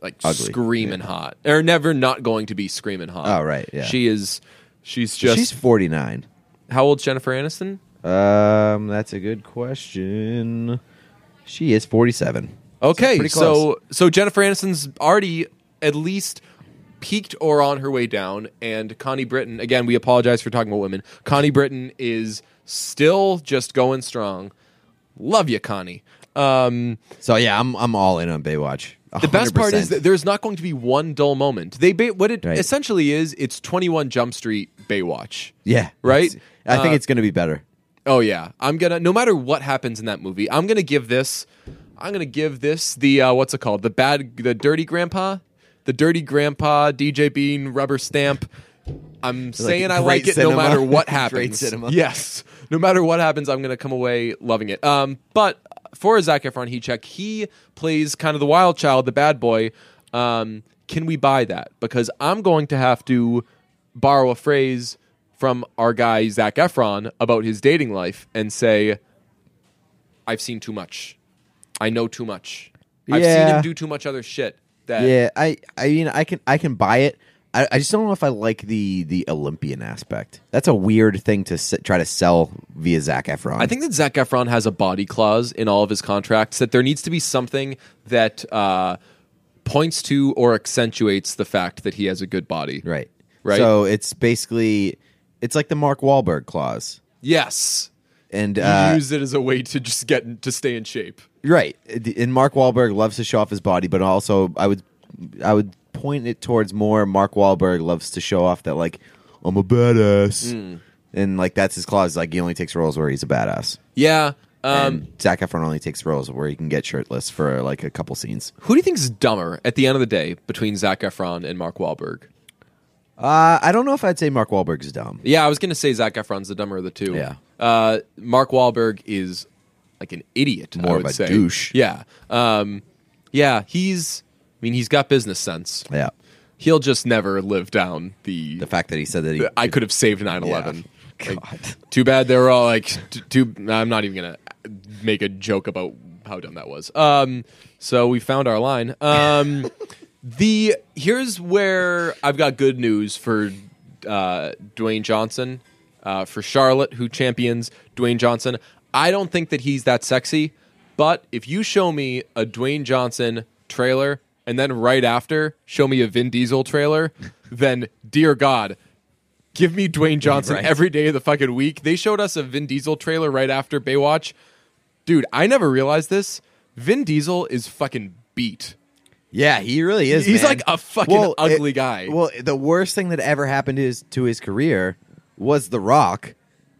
like Ugly, screaming hot, or never not going to be screaming hot. Oh, right, yeah. She is. She's just. she's 49. how old's Jennifer Aniston? Um, that's a good question. She is 47. Okay, pretty so so Jennifer Aniston's already at least peaked or on her way down, and Connie Britton. Again, we apologize for talking about women. Connie Britton is still just going strong. Love you, Connie. Um, So yeah, I'm I'm all in on Baywatch. the best part is 100%. that there's not going to be one dull moment. They ba- what it Right. essentially is. It's Twenty One Jump Street Baywatch. yeah, right? it's- I think Uh, it's going to be better. Oh yeah, I'm gonna. No matter what happens in that movie, I'm gonna give this. I'm gonna give this the uh, what's it called? The bad, the dirty grandpa, the dirty grandpa, DJ Bean, rubber stamp. I'm saying I great like it no cinema. matter (laughs) what Great happens. cinema. Yes, no matter what happens, I'm going to come away loving it. Um, but for Zach Efron Hecheck, he plays kind of the wild child, the bad boy. Um, can we buy that? Because I'm going to have to borrow a phrase from our guy Zach Efron about his dating life and say, "I've seen too much. I know too much. I've seen Yeah. him do too much other shit." That Yeah, I I mean I can I can buy it. I, I just don't know if I like the the Olympian aspect. That's a weird thing to s- try to sell via Zach Efron. I think that Zach Efron has a body clause in all of his contracts that there needs to be something that uh, points to or accentuates the fact that he has a good body. right, Right. So it's basically it's like the Mark Wahlberg clause, Yes. and You uh, use it as a way to just get in- to stay in shape. right, and Mark Wahlberg loves to show off his body, but also I would I would point it towards more Mark Wahlberg loves to show off that like I'm a badass, and like that's his clause. Like he only takes roles where he's a badass. Yeah. Um, And Zac Efron only takes roles where he can get shirtless for like a couple scenes. who do you think is dumber at the end of the day between Zach Efron and Mark Wahlberg? Uh, I don't know if I'd say Mark Wahlberg's dumb. Yeah, I was going to say Zach Efron's the dumber of the two. Yeah. Uh, Mark Wahlberg is like an idiot. I More of would a say. douche. Yeah. Um, yeah, he's, I mean, he's got business sense. Yeah, he'll just never live down the, the fact that he said that he the- I could have saved 9/11. Yeah. Like, (laughs) God. too bad they were all like t- too I'm not even going to make a joke about how dumb that was. Um so we found our line. Um the here's where I've got good news for uh Dwayne Johnson uh for Charlotte who champions Dwayne Johnson. I don't think that he's that sexy, but if you show me a Dwayne Johnson trailer and then right after show me a Vin Diesel trailer, (laughs) then dear god, give me Dwayne Johnson Right. every day of the fucking week. They showed us a Vin Diesel trailer right after Baywatch. Dude, I never realized this. Vin Diesel is fucking beat. yeah, he really is. He's man. like a fucking Well, ugly it- guy. Well, the worst thing that ever happened is to his career was The Rock,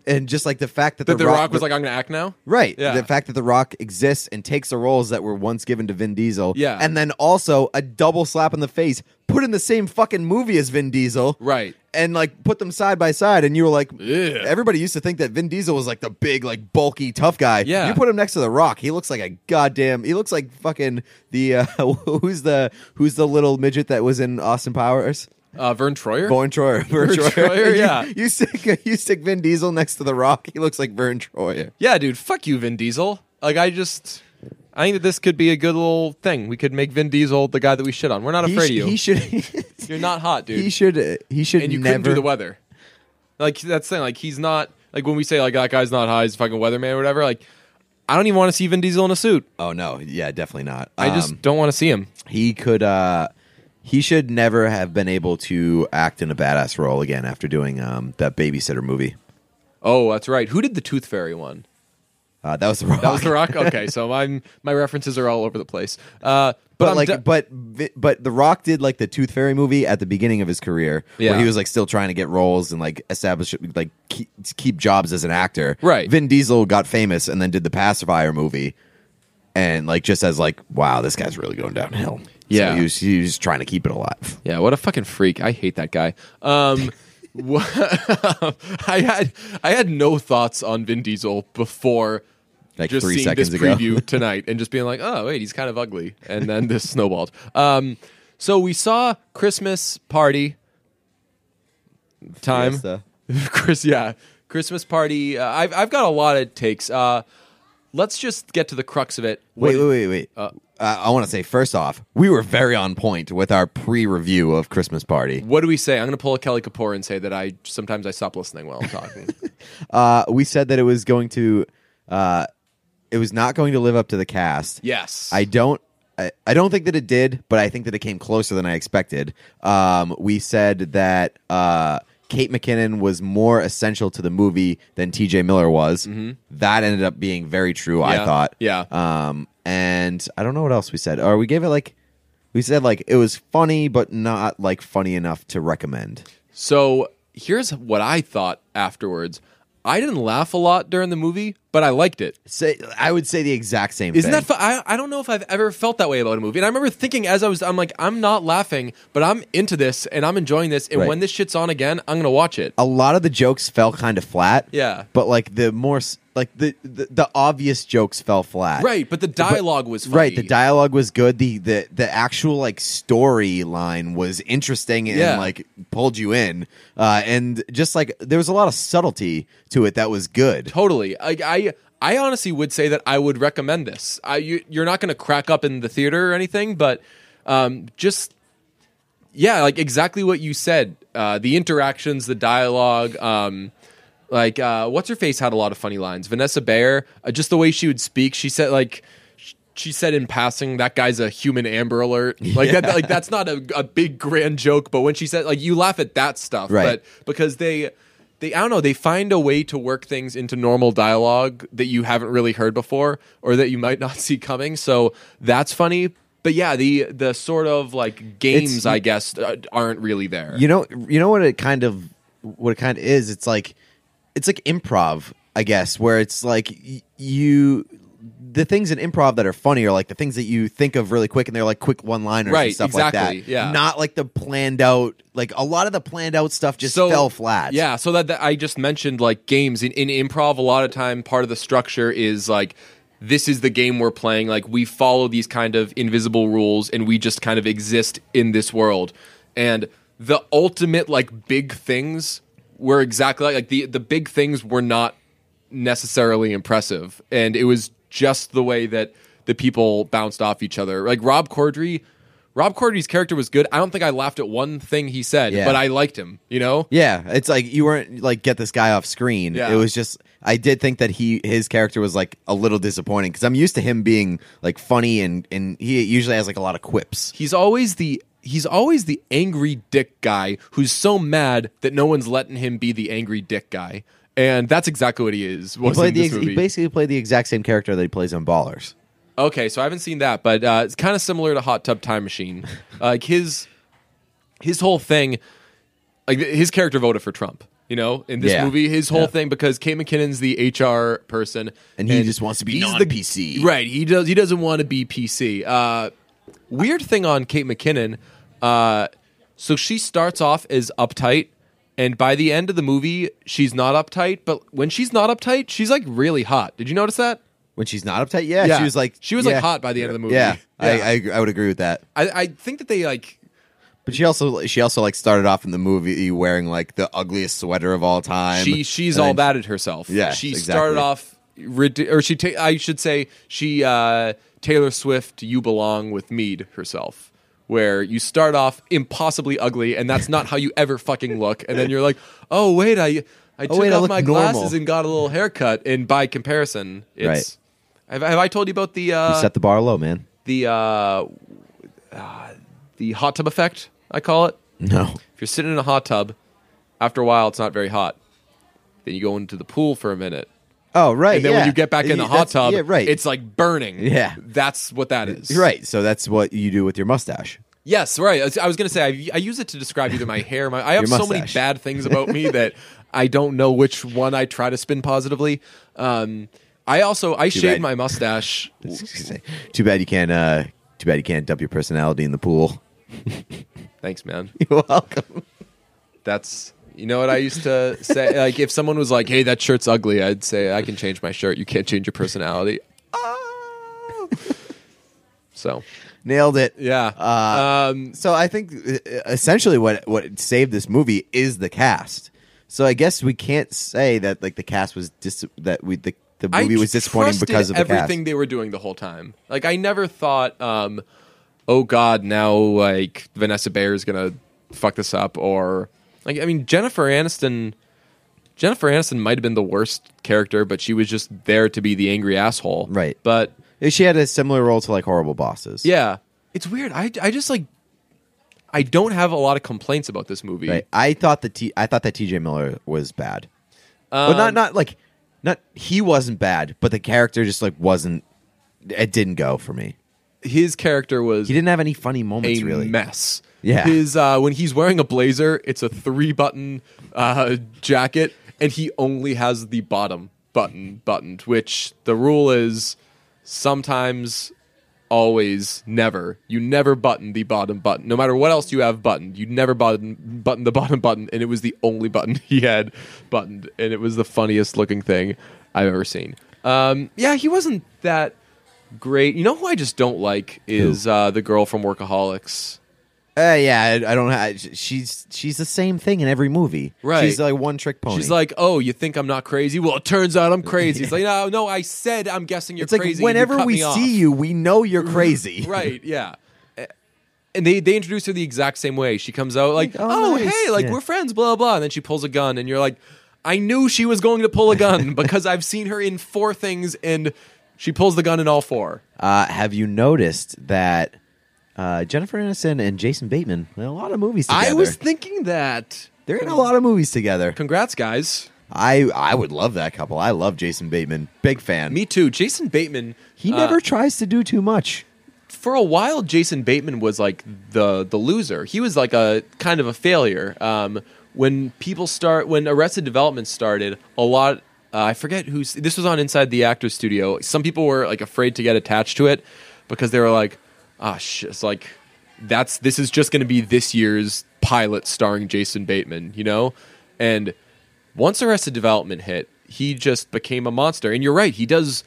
and just like the Mm-hmm. fact that, That The Rock, was like, I'm gonna act now. Right. Yeah. The fact that The Rock exists and takes the roles that were once given to Vin Diesel. Yeah. And then also a double slap in the face, put in the same fucking movie as Vin Diesel. Right. And like put them side by side, and you were like, Ugh. everybody used to think that Vin Diesel was like the big, like bulky tough guy. Yeah. You put him next to The Rock, he looks like a goddamn. He looks like fucking the uh, (laughs) who's the who's the little midget that was in Austin Powers. Uh, Vern Troyer. Vern Troyer. Vern (laughs) Troyer, You- yeah. You, stick (laughs) you stick Vin Diesel next to The Rock, he looks like Vern Troyer. yeah, dude, fuck you, Vin Diesel. Like, I just, I think that this could be a good little thing. We could make Vin Diesel the guy that we shit on. We're not He afraid sh- of you. He should. (laughs) You're not hot, dude. He should. uh, He should and you never. couldn't do the weather. Like that's the thing. Like he's not like when we say like that guy's not high, he's a fucking weatherman or whatever. Like I don't even want to see Vin Diesel in a suit. oh no! Yeah, definitely not. I Um, just don't want to see him. he could. uh He should never have been able to act in a badass role again after doing um that babysitter movie. Oh, that's right. Who did the Tooth Fairy one? Uh, that was the (laughs) rock. That was The Rock. Okay, so I'm my references are all over the place. Uh, but, But, I'm like, de- but vi- but the Rock did like the Tooth Fairy movie at the beginning of his career, Yeah. where he was like still trying to get roles and like establish like keep, keep jobs as an actor. Right. Vin Diesel got famous and then did the Pacifier movie, and like just as like wow, this guy's really going downhill. Yeah. so he was, he was trying to keep it alive. Yeah, what a fucking freak. I hate that guy. (laughs) Um wha- (laughs) I had I had no thoughts on Vin Diesel before Like just three seeing seconds this ago. (laughs) preview tonight and just being like, "Oh, wait, he's kind of ugly." And then this (laughs) snowballed. Um so we saw Christmas party time. Fiesta. (laughs) Chris, yeah. Christmas party. Uh, I've I've got a lot of takes. Uh let's just get to the crux of it. Wait, What- wait, wait, wait. Uh, I want to say first off, we were very on point with our pre-review of Christmas Party. What do we say? I'm going to pull a Kelly Kapoor and say that I sometimes I stop listening while I'm talking. Uh, we said that it was going to, uh, it was not going to live up to the cast. yes. I don't. I, I don't think that it did, but I think that it came closer than I expected. Um, we said that uh, Kate McKinnon was more essential to the movie than T.J. Miller was. That ended up being very true. Yeah, I thought. yeah. Um, and I don't know what else we said. Or we gave it like we said like it was funny, but not like funny enough to recommend. So here's what I thought afterwards. I didn't laugh a lot during the movie, but I liked it. Say, I would say the exact same. Isn't thing. that? Fu- I I don't know if I've ever felt that way about a movie. And I remember thinking as I was, I'm like, I'm not laughing, but I'm into this and I'm enjoying this. And Right. Uh, when this shit's on again, I'm gonna watch it. a lot of the jokes fell kind of flat. Yeah. But like the more s- like the the, the obvious jokes fell flat. right, but the dialogue was funny. Right, the dialogue was good. The the the actual like storyline was interesting and Yeah. like pulled you in. Uh and just like there was a lot of subtlety to it that was good. Totally. I, I I honestly would say that I would recommend this. I you, you're not going to crack up in the theater or anything, but um, just yeah, like exactly what you said. Uh, the interactions, the dialogue. Um, like uh, what's her face had a lot of funny lines. Vanessa Bayer, uh, just the way she would speak. She said like. sh- She said in passing, "That guy's a human Amber Alert." (laughs) Like that, like that's not a, a big grand joke, but when she said, like you laugh at that stuff, Right. but because they they I don't know, they find a way to work things into normal dialogue that you haven't really heard before or that you might not see coming. So that's funny. But yeah, the the sort of like games I guess uh, aren't really there. You know, you know what it kind of what it kind of is. It's like it's like improv, I guess, where it's like y- you the things in improv that are funny are like the things that you think of really quick, and they're like quick one liners Right, and stuff exactly, like that. yeah. not like the planned out. Like a lot of the planned out stuff just fell flat. Yeah, so that, that I just mentioned like games in, in improv a lot of time part of the structure is like this is the game we're playing like we follow these kind of invisible rules and we just kind of exist in this world. And the ultimate like big things were exactly like, like the the big things were not necessarily impressive and it was just the way that the people bounced off each other. Like Rob Corddry Rob Corddry's character was good. I don't think I laughed at one thing he said, Yeah. but I liked him, you know? Yeah, it's like you weren't like get this guy off screen. Yeah. It was just I did think that he his character was like a little disappointing because I'm used to him being like funny and and he usually has like a lot of quips. he's always the he's always the angry dick guy who's so mad that no one's letting him be the angry dick guy, and that's exactly what he is. Was Played in the this ex- he movie. basically played the exact same character that he plays on Ballers. okay, so I haven't seen that, but uh, it's kind of similar to Hot Tub (laughs) Time Machine. like his his whole thing, like th- his character voted for Trump. You know, in this Yeah. movie, his whole Yeah. thing because Kate McKinnon's the HR person, And he just wants to be he's the- non-PC. right? He does. He doesn't want to be PC. Uh, weird thing on Kate McKinnon. Uh, so she starts off as uptight, and by the end of the movie, she's not uptight. But when she's not uptight, she's like really hot. Did you notice that? When she's not uptight, yeah, Yeah. she was like She was, like, yeah. hot by the end of the movie. Yeah, Yeah. I, I I would agree with that. I, I think that they like. But she also she also like started off in the movie wearing like the ugliest sweater of all time. She she's And all then- bad at herself. Yeah, she exactly. started off, rid- or she ta- I should say she uh, Taylor Swift, "You Belong with Mead" herself, where you start off impossibly ugly, and that's not how you ever fucking look, and then you're like, oh wait, I I took wait, I off look my normal." glasses and got a little haircut, and by comparison, it's. Right. Have, have I told you about the uh, You set the bar low, man. the uh, uh, the hot tub effect? I call it. No, If you're sitting in a hot tub, after a while it's not very hot. Then you go into the pool for a minute. oh right. And then yeah. when you get back in the Yeah, hot that's- tub, yeah, right. it's like burning. Yeah. That's what that is. right. So that's what you do with your mustache. Yes, right. I was- I was going to say, I, I use it to describe (laughs) either my hair, my. I have Your so many mustache. bad things about me (laughs) that I don't know which one I try to spin positively. Um, I also, I shaved bad. my mustache. too bad you can't. Uh, too bad you can't dump your personality in the pool. (laughs) Thanks, man. You're welcome. That's. You know what I used to (laughs) say? Like, if someone was like, "Hey, that shirt's ugly," I'd say, "I can change my shirt. You can't change (laughs) your personality." Ah. So Nailed it. yeah, um, So I think uh, essentially what what saved this movie is the cast. So I guess we can't say that like the cast was dis- that we the, the I movie was disappointing trusted because of the everything cast. they were doing the whole time. Like I never thought, um, oh God, now like Vanessa Bayer is gonna fuck this up, or like I mean Jennifer Aniston. Jennifer Aniston might have been the worst character, but she was just there to be the angry asshole. Right. But She had a similar role to like horrible bosses. Yeah. It's weird. I, I just like I don't have a lot of complaints about this movie. Right. I thought that T- I thought that T.J. Miller was bad, but Um, not not like not he wasn't bad, but the character just like wasn't. It didn't go for me. His character was He didn't have any funny moments a really. mess. Yeah. His uh, when he's wearing a blazer, it's a three button uh, jacket and he only has the bottom button buttoned, which the rule is sometimes, always, never. You never button the bottom button, no matter what else you have buttoned. You never button button the (laughs) bottom button, and it was the only button (laughs) he had buttoned, and it was the funniest looking thing I've ever seen. Um, yeah, he wasn't that great. You know who I just don't like is uh, the girl from Workaholics. Uh, yeah, I, I don't. Ha- she's she's the same thing in every movie. Right. She's like one trick pony. She's like, "Oh, you think I'm not crazy? Well, it turns out I'm (laughs) crazy." It's like, "No, no, I said I'm guessing you're it's like crazy." and you whenever cut we me see off." you, we know (laughs) you're crazy. right? Yeah. Eh, And they they introduce her the exact same way. She comes out like, Like, "Oh, oh, nice." hey, like Yeah. we're friends," blah blah, and then she pulls a gun, and you're like, "I knew she was going to pull a (laughs) gun because I've seen her in four things, and she pulls the gun in all four. (laughs) Uh, have you noticed that uh, Jennifer Aniston and Jason Bateman in a lot of movies together? I was thinking that. They're in a lot of movies together. Congrats, guys. I I would love that couple. I love Jason Bateman. Big fan. Me too. Jason Bateman. He uh, never tries to do too much. for a while Jason Bateman was like the the loser. He was like a kind of a failure. Um, when people start when Arrested Development started, a lot uh, I forget who's this was on Inside the Actors Studio. Some people were like afraid to get attached to it because they were like, ah, sh it's like that's this is just going to be this year's pilot starring Jason Bateman, you know, and once Arrested Development hit, he just became a monster. And you're right, he does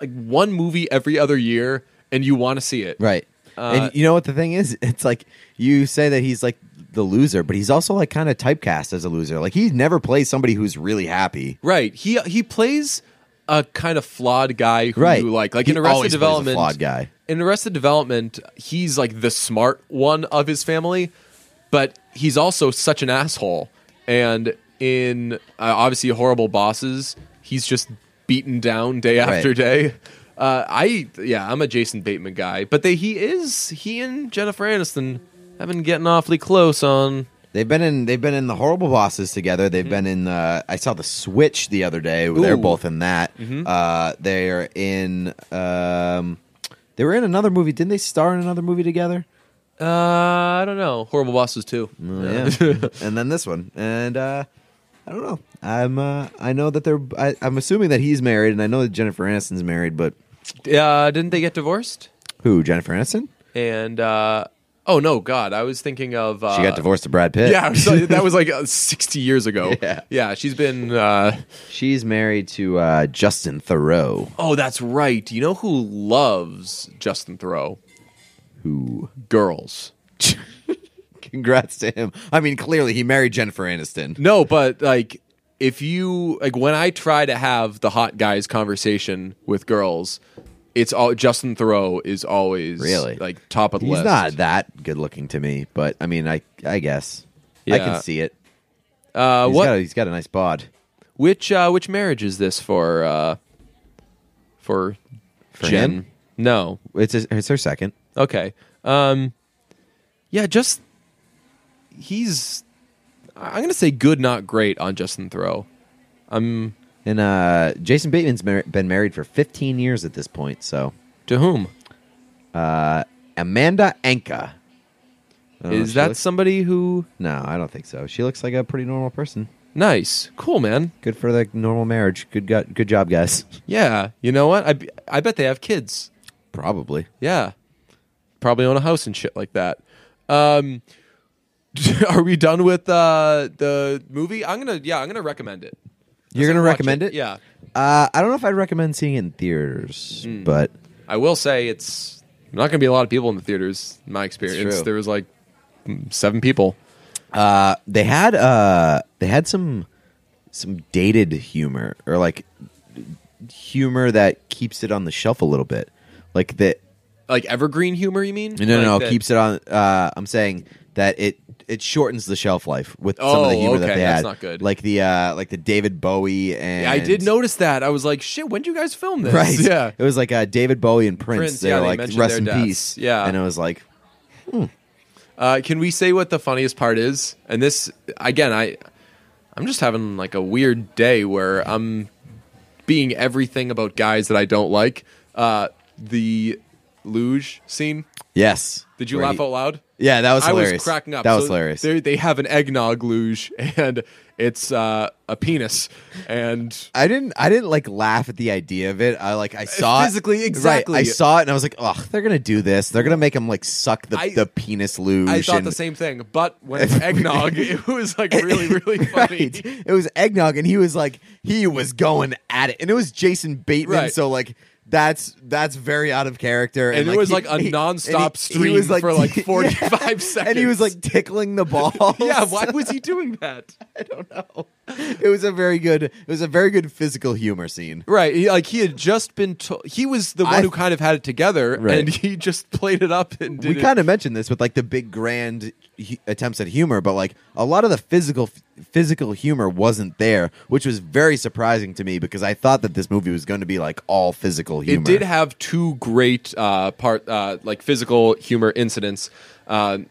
like one movie every other year, and you want to see it. Right. Uh, and you know what the thing is? (laughs) It's like you say that he's like the loser, but he's also like kind of typecast as a loser. Like he never plays somebody who's really happy. Right. He he plays a kind of flawed guy who Right. like like He in Arrested always plays a Development. flawed guy. In Arrested Development, he's like the smart one of his family, but he's also such an asshole. And in uh, obviously horrible bosses, he's just beaten down day after day. Uh, I yeah, I'm a Jason Bateman guy, but they, he is he and Jennifer Aniston have been getting awfully close on They've been in they've been in the horrible bosses together. They've been in the I saw the Switch the other day. They're Mm-hmm. Ooh. Mm-hmm. both in that. Uh, they're in um, they were in another movie. Didn't they star in another movie together? uh, I don't know horrible bosses too. Oh, yeah. (laughs) and then this one, and uh, I don't know. I'm uh, I know that they're. I, I'm assuming that he's married, and I know that Jennifer Aniston's married. But Uh, didn't they get divorced? who? Jennifer Aniston? And uh, oh no, God, I was thinking of uh, She got divorced to Brad Pitt. Yeah, (laughs) so that was like uh, sixty years ago. Yeah. she's been. Uh, she's married to uh, Justin Thoreau. oh, that's right. You know who loves Justin Thoreau? Who? (laughs) Girls. Congrats to him. I mean, clearly he married Jennifer Aniston. No, but like if you like when I try to have the hot guys conversation with girls, it's all Justin Thoreau is always Really? like top of the He's list. not that good looking to me, but I mean, I I guess I Yeah. can see it. Uh, He's what got a, he's got a nice bod. Which uh, which marriage is this for? Uh, for, For Jen? him? No. It's his, it's her second. Okay. Um, yeah, just he's. I- I'm gonna say good, not great on Justin Thoreau. And uh, Jason Bateman's mar- been married for 15 years at this point. So To whom Amanda Anka. I don't know if is she that looks- somebody who no? I don't think so. She looks like a pretty normal person. nice, cool man? Good for the normal marriage. Good, gut good job, guys. Yeah, you know what? I be- I bet they have kids. Probably. Yeah, probably own a house and shit like that. Um, (laughs) are we done with uh, the movie? I'm gonna yeah, I'm gonna recommend it. You're gonna Watch recommend it? Yeah. Uh, I don't know if I'd recommend seeing it in theaters, Hmm. but I will say it's not going to be a lot of people in the theaters. In my experience, true. there was like mm, seven people. uh, they had uh, they had some some dated humor or like humor that keeps it on the shelf a little bit, like that Like evergreen humor, you mean? No, no, Like no. that- Keeps it on. Uh, I'm saying that it it shortens the shelf life with some of the Oh, humor that okay, they that's had. not good. Like the uh, like the David Bowie and Yeah, I did notice that. I was like, shit. When did you guys film this? Right. (laughs) Yeah. It was like uh, David Bowie and Prince. Prince, they yeah, were they like mentioned rest their in deaths. peace. Yeah. And it was like Uh, can we say what the funniest part is? And this again, I I'm just having like a weird day where I'm being everything about guys that I don't like. Uh, the luge scene. yes. Did you Where laugh he- out loud? Yeah, that was I hilarious. was cracking up. That was So hilarious. They they have an eggnog luge, (laughs) and It's uh, a penis, and I didn't. I didn't like laugh at the idea of it. I like. I saw it- Uh, physically, Right, exactly. I saw it and I was like, "Ugh, they're gonna do this. They're gonna make him like suck the, I- the penis loose." I thought and- the same thing. But when (laughs) it's eggnog, it was (laughs) like (laughs) really, really funny. Right. It was eggnog, and he was like, he was going at it, and it was Jason Bateman. Right. So like, that's that's very out of character. And, it was he- like a he- nonstop and he- stream he was, for like (laughs) yeah. forty-five seconds, And he was like (laughs) tickling the ball. "Yeah, why was he doing that?" I don't know. (laughs) It was a very good. It was a very good physical humor scene. Right, he, like he had just been. To- he was the one I- who kind of had it together, Right. and he just played it up and did we kind of mentioned this with like the big grand hu- attempts at humor, but like a lot of the physical physical humor wasn't there, which was very surprising to me because I thought that this movie was going to be like all physical humor. It did have two great uh, part, uh, like physical humor incidents. Um,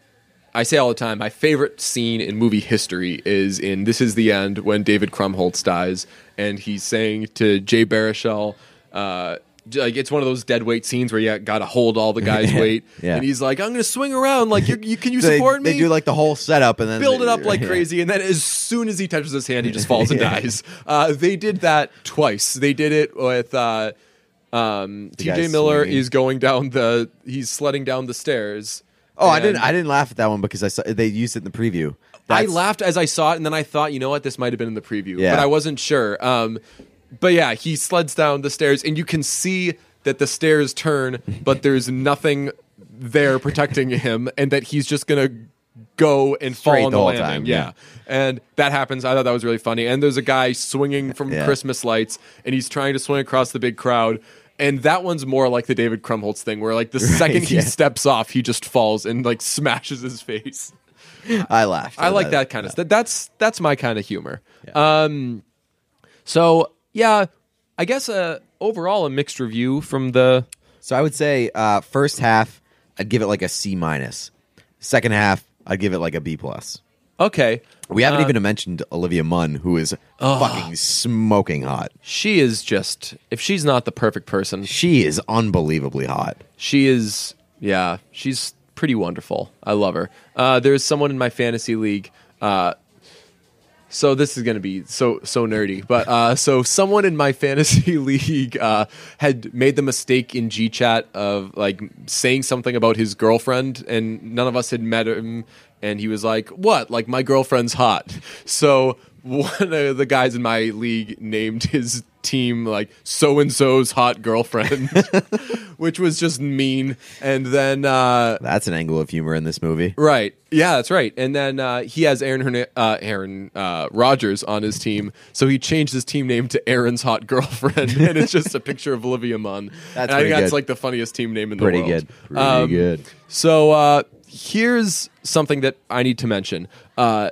I say all the time, my favorite scene in movie history is in "This Is the End" when David Krumholtz dies, and he's saying to Jay Baruchel, uh, j- like it's one of those dead weight scenes where you got to hold all the guys' weight, (laughs) Yeah. and he's like, "I'm going to swing around, like you, you can you they, support me?" They do like the whole setup and then build it up (laughs) like yeah. crazy, and then as soon as he touches his hand, he just (laughs) falls and dies. Uh, they did that twice. They did it with uh, um, T.J. guy's Miller swinging. is going down the he's sledding down the stairs. Oh, I and didn't. I didn't laugh at that one because I saw they used it in the preview. I That's- laughed as I saw it, and then I thought, you know what, this might have been in the preview, Yeah. but I wasn't sure. Um, but yeah, he sleds down the stairs, and you can see that the stairs turn, but there's nothing there protecting him, and that he's just gonna go and Straight fall on the, the whole landing. time, yeah. yeah. and that happens. I thought that was really funny. And there's a guy swinging from Yeah. Christmas lights, and he's trying to swing across the big crowd. And that one's more like the David Krumholtz thing, where (laughs) like the second he yeah. steps off, he just falls and like smashes his face. I laughed. I at like that kind of stuff. That's that's my kind of humor. Um, so yeah, I guess uh, overall a mixed review from the So I would say uh, first half, I'd give it like a C minus. Second half, I'd give it like a B plus. okay. We haven't Uh, even mentioned Olivia Munn, who is fucking smoking hot. She is just if she's not the perfect person, She is unbelievably hot. she is yeah she's pretty wonderful. I love her. Uh, there's someone in my fantasy league. Uh, so this is going to be so so nerdy, but uh, so someone in my (laughs) fantasy league uh, had made the mistake in GChat of like saying something about his girlfriend, and none of us had met him, and he was like, "What? Like my girlfriend's hot?" So one of the guys in my league named his team like so and so's hot girlfriend, (laughs) which was just mean. And then uh, That's an angle of humor in this movie. Right. Yeah, that's right. And then uh, he has Aaron Hern- uh, Aaron uh, Rodgers on his team, so he changed his team name to Aaron's hot girlfriend, (laughs) and it's just a picture of Olivia Munn. and I pretty think that's good. like the funniest team name in Pretty the world. Um, good. Um, Pretty good. So uh, here's something that I need to mention. Uh,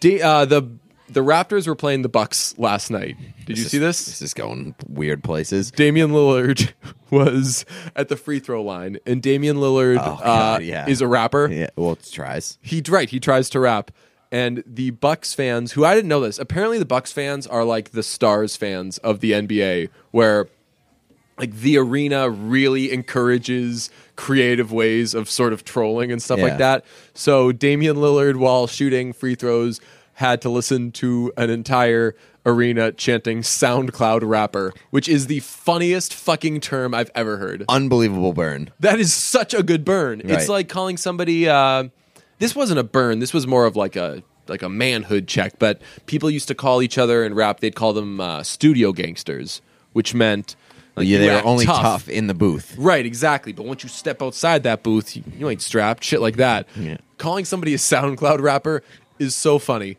da- uh, the the Raptors were playing the Bucks last night. Did you see this? This is going weird places. Damian Lillard (laughs) was at the free throw line, and Damian Lillard Oh, God, uh, yeah. is a rapper Yeah, well, it tries. he right he tries to rap and the bucks fans who i didn't know this apparently the bucks fans are like the stars fans of the nba where like the arena really encourages creative ways of sort of trolling and stuff like Yeah. that so damian lillard while shooting free throws had to listen to an entire arena chanting soundcloud rapper which is the funniest fucking term i've ever heard Unbelievable burn. that is such a good burn. It's Right. like calling somebody. Uh, this wasn't a burn. This was more of like a like a manhood check. But people used to call each other in rap. They'd call them uh, studio gangsters, which meant like, yeah, you they were act only tough. in the booth. Right, exactly. But once you step outside that booth, you, you ain't strapped. Shit like that. Yeah. Calling somebody a SoundCloud rapper is so funny.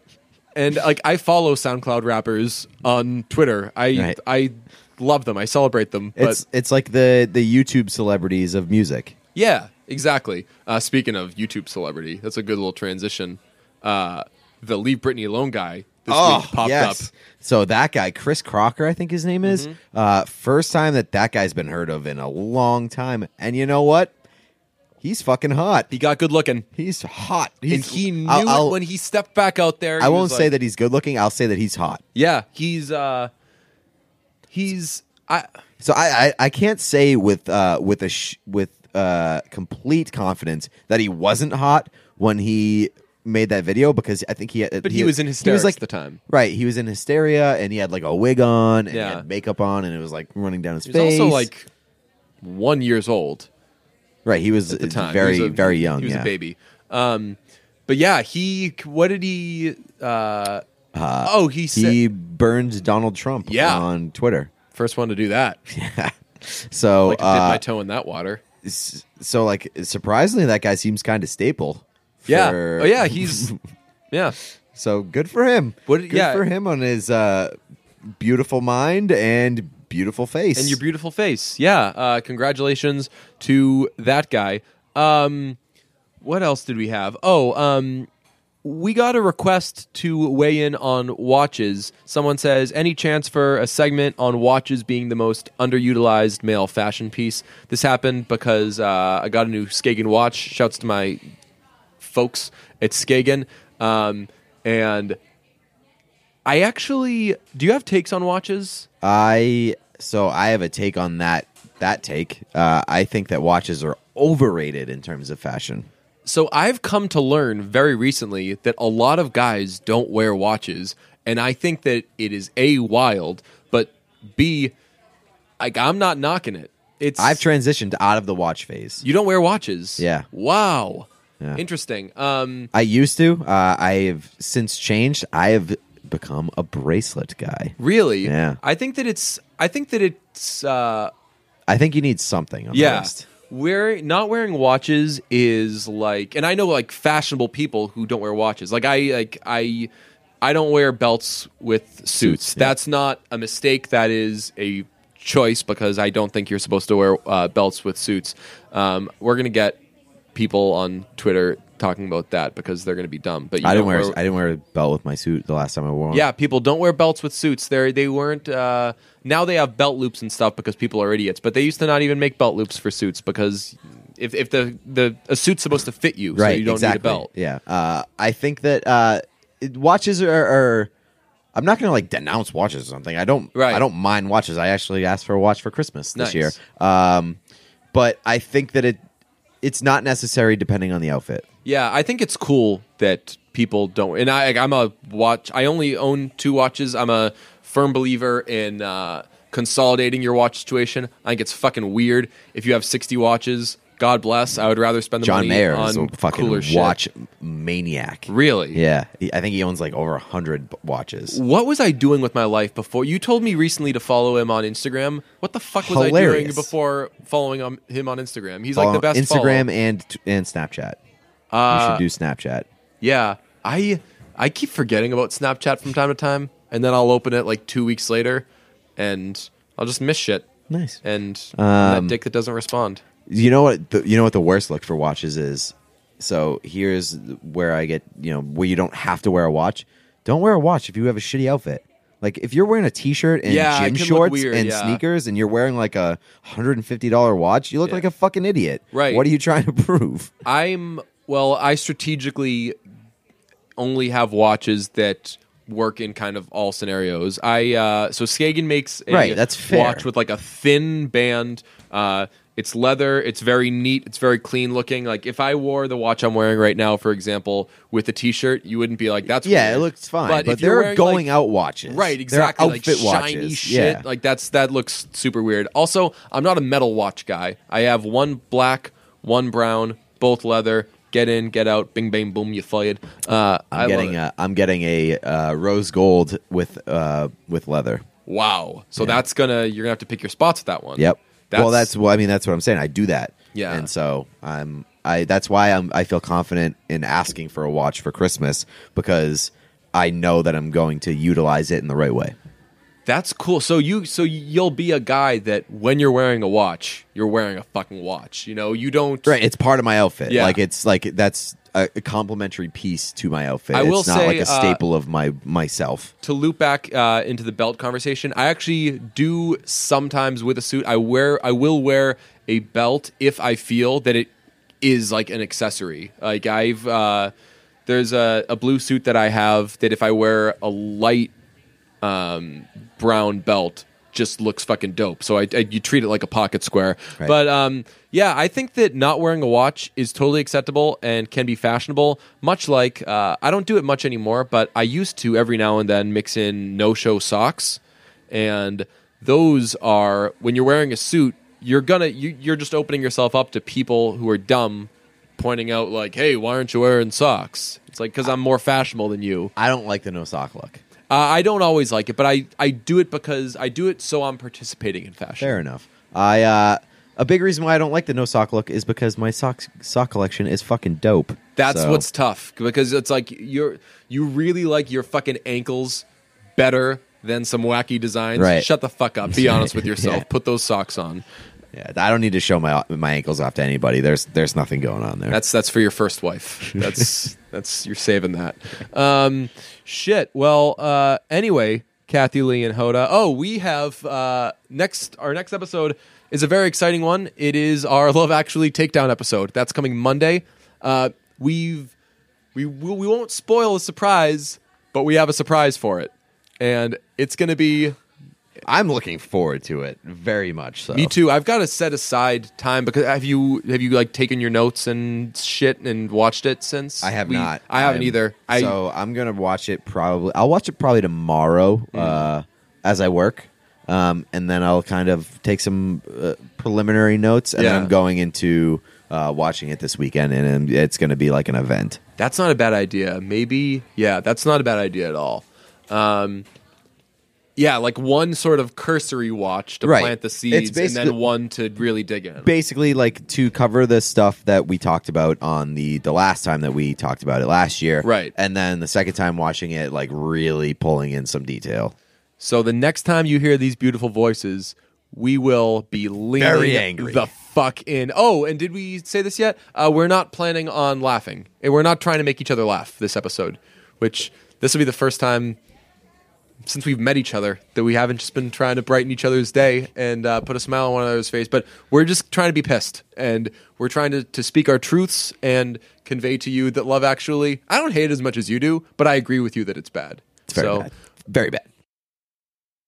And like I follow SoundCloud rappers on Twitter. I Right. I love them. I celebrate them. But It's it's like the the YouTube celebrities of music. Yeah, exactly. Uh, speaking of YouTube celebrity, that's a good little transition. Uh, the Leave Britney Alone guy this Ah, week popped up. Oh, Mm-hmm. So that guy, Chris Crocker, I think his name is. Uh, first time that that guy's been heard of in a long time. And you know what? He's fucking hot. He got good looking. He's hot. And He's, he knew I'll- I'll- it when he stepped back out there. I He won't was say like- that he's good looking. I'll say that he's hot. Yeah, he's uh, he's I So I I, I can't say with uh with a sh- with uh complete confidence that he wasn't hot when he made that video because I think he. Had, But he was in hysterics He was like at the time. Right, he was in hysteria, and he had like a wig on, and Yeah. he had makeup on, and it was like running down his He was face. also like one years old. right, he was at the time. very He was a- very young. He was yeah. a baby. Um, but yeah, he. What did he? Uh, oh, he said He burned Donald Trump Yeah. on Twitter. (laughs) first one to do that. So Like to dip uh, my toe in that water. s- so like surprisingly, that guy seems kind of staple. Yeah. for- Oh yeah, (laughs) he's. yeah. (laughs) So good for him. What- good yeah. for him on his uh, beautiful mind and beautiful face. And your beautiful face. Yeah. Uh, congratulations to that guy. Um, what else did we have? Oh, um, we got a request to weigh in on watches. Someone says, any chance for a segment on watches being the most underutilized male fashion piece? This happened because uh, I got a new Skagen watch. Shouts to my folks at Skagen. Um, and I actually, do you have takes on watches? I so I have a take on that that take. Uh, I think that watches are overrated in terms of fashion. So I've come to learn very recently that a lot of guys don't wear watches, and I think that it is a wild, but b like I'm not knocking it. It's I've transitioned out of the watch phase. you don't wear watches. Yeah. Wow. Yeah. Interesting. Um. I used to. Uh, I have since changed. I have become a bracelet guy. Really. Yeah. I think that it's. I think that it's. Uh, I think you need something on the yeah. wrist. Wearing not wearing watches is like, and I know like fashionable people who don't wear watches. Like I like I I don't wear belts with suits. yeah. That's not a mistake. That is a choice because I don't think you're supposed to wear uh, belts with suits. Um, we're gonna get people on Twitter talking about that because they're gonna be dumb. But you I don't didn't wear, wear I didn't wear a belt with my suit the last time I wore one. yeah, people don't wear belts with suits. They they weren't. Uh, now they have belt loops and stuff because people are idiots. But they used to not even make belt loops for suits because if if the the a suit's supposed to fit you, right. so you don't exactly. need a belt. Yeah. Uh, I think that uh, it- watches are, are. I'm not gonna like denounce watches or something. I don't. Right. I don't mind watches. I actually asked for a watch for Christmas this Nice. year. Um, but I think that it it's not necessary depending on the outfit. Yeah, I think it's cool that people don't. And I, I'm a watch. I only own two watches. I'm a firm believer in uh, consolidating your watch situation. I think it's fucking weird if you have 60 watches. God bless. I would rather spend the John money Mayer on is a cooler fucking shit. watch maniac. Really? Yeah. He- I think he owns like over a hundred watches. What was I doing with my life before? You told me recently to follow him on Instagram. What the fuck was I doing Hilarious. before following um, him on Instagram? He's Follow like the best Instagram follow. Uh, and and Snapchat. you should do Snapchat. Yeah, I I keep forgetting about Snapchat from time to time, and then I'll open it like two weeks later, and I'll just miss shit. Nice. And Um, that dick that doesn't respond. You know what? The, you know what the worst look for watches is. So here's where I get you know where you don't have to wear a watch. Don't wear a watch if you have a shitty outfit. Like if you're wearing a t-shirt and Yeah, gym it can look shorts weird, and yeah. sneakers, and you're wearing like a hundred and fifty dollar watch, you look Yeah. like a fucking idiot. Right. What are you trying to (laughs) prove? I'm well. I strategically only have watches that work in kind of all scenarios. I uh, so Skagen makes a Right, that's fair. watch with like a thin band. Uh, it's leather. It's very neat. It's very clean looking. Like if I wore the watch I'm wearing right now, for example, with a t-shirt, you wouldn't be like, "That's Yeah, it weird." looks fine. But, But, if you're they're wearing, going like- out watches. Right, They're exactly. like outfit shiny watches. shit. Yeah. Like that's that looks super weird. Also, I'm not a metal watch guy. I have one black, one brown, both leather. Get in, get out, bing bang boom, you fired. Uh I I'm love getting it. a, I'm getting a uh, rose gold with uh, with leather. Wow. So that's gonna you're gonna have to pick your spots with that one. Yep. well, that's well. I mean, that's what I'm saying. I do that. Yeah. And so I'm. I. That's why I'm. I feel confident in asking for a watch for Christmas because I know that I'm going to utilize it in the right way. that's cool. So you so you'll be a guy that when you're wearing a watch, you're wearing a fucking watch. You know, you don't Right. It's part of my outfit. Yeah. Like it's like that's a, a complimentary piece to my outfit. I will it's not say, like a uh, staple of my myself. to loop back uh, into the belt conversation, I actually do sometimes with a suit. I wear, I will wear a belt if I feel that it is like an accessory. Like I've, uh, there's a, a blue suit that I have that if I wear a light um, brown belt just looks fucking dope. So I, I you treat it like a pocket square. Right. But um, yeah, I think that not wearing a watch is totally acceptable and can be fashionable. Much like uh, I don't do it much anymore, but I used to every now and then mix in no-show socks, and those are when you're wearing a suit, you're gonna you, you're just opening yourself up to people who are dumb, pointing out like, "Hey, why aren't you wearing socks?" It's like because I'm more fashionable than you. I don't like the no sock look. Uh, I don't always like it, but I, I do it because I do it so I'm participating in fashion. Fair enough. I uh, a big reason why I don't like the no sock look is because my socks sock collection is fucking dope. That's So- what's tough because it's like you're you really like your fucking ankles better than some wacky designs. Right. Shut the fuck (laughs) up. Be honest with yourself. Yeah. Put those socks on. Yeah, I don't need to show my my ankles off to anybody. There's there's nothing going on there. That's that's for your first wife. That's that's you're saving that. Um, shit. Well, uh, anyway, Kathy Lee and Hoda. Oh, we have uh, next. Our next episode is a very exciting one. It is our Love Actually takedown episode. That's coming Monday. Uh, we've we we we won't spoil the surprise, but we have a surprise for it, and it's gonna be I'm looking forward to it very much. So me too. I've got to set aside time because have you have you like taken your notes and shit and watched it since? I have we- not. I haven't I'm- either. I so I'm gonna watch it probably. I'll watch it probably tomorrow Hmm. uh, as I work, um, and then I'll kind of take some uh, preliminary notes, and Yeah. then I'm going into uh, watching it this weekend, and um, it's gonna be like an event. that's not a bad idea. Maybe yeah, that's not a bad idea at all. Um, yeah, like one sort of cursory watch to Right. plant the It's seeds, and basically- then one to really dig in. basically like to cover the stuff that we talked about on the the last time that we talked about it last year Right. and then the second time watching it like really pulling in some detail So the next time you hear these beautiful voices, we will be leaning Very angry. the fuck in. Oh, and did we say this yet? Uh, we're not planning on laughing. And We're not trying to make each other laugh this episode, which this will be the first time since we've met each other that we haven't just been trying to brighten each other's day and uh, put a smile on one another's face. But we're just trying to be pissed and we're trying to, to speak our truths and convey to you that love actually, I don't hate it as much as you do, but I agree with you that it's bad. it's very so bad very bad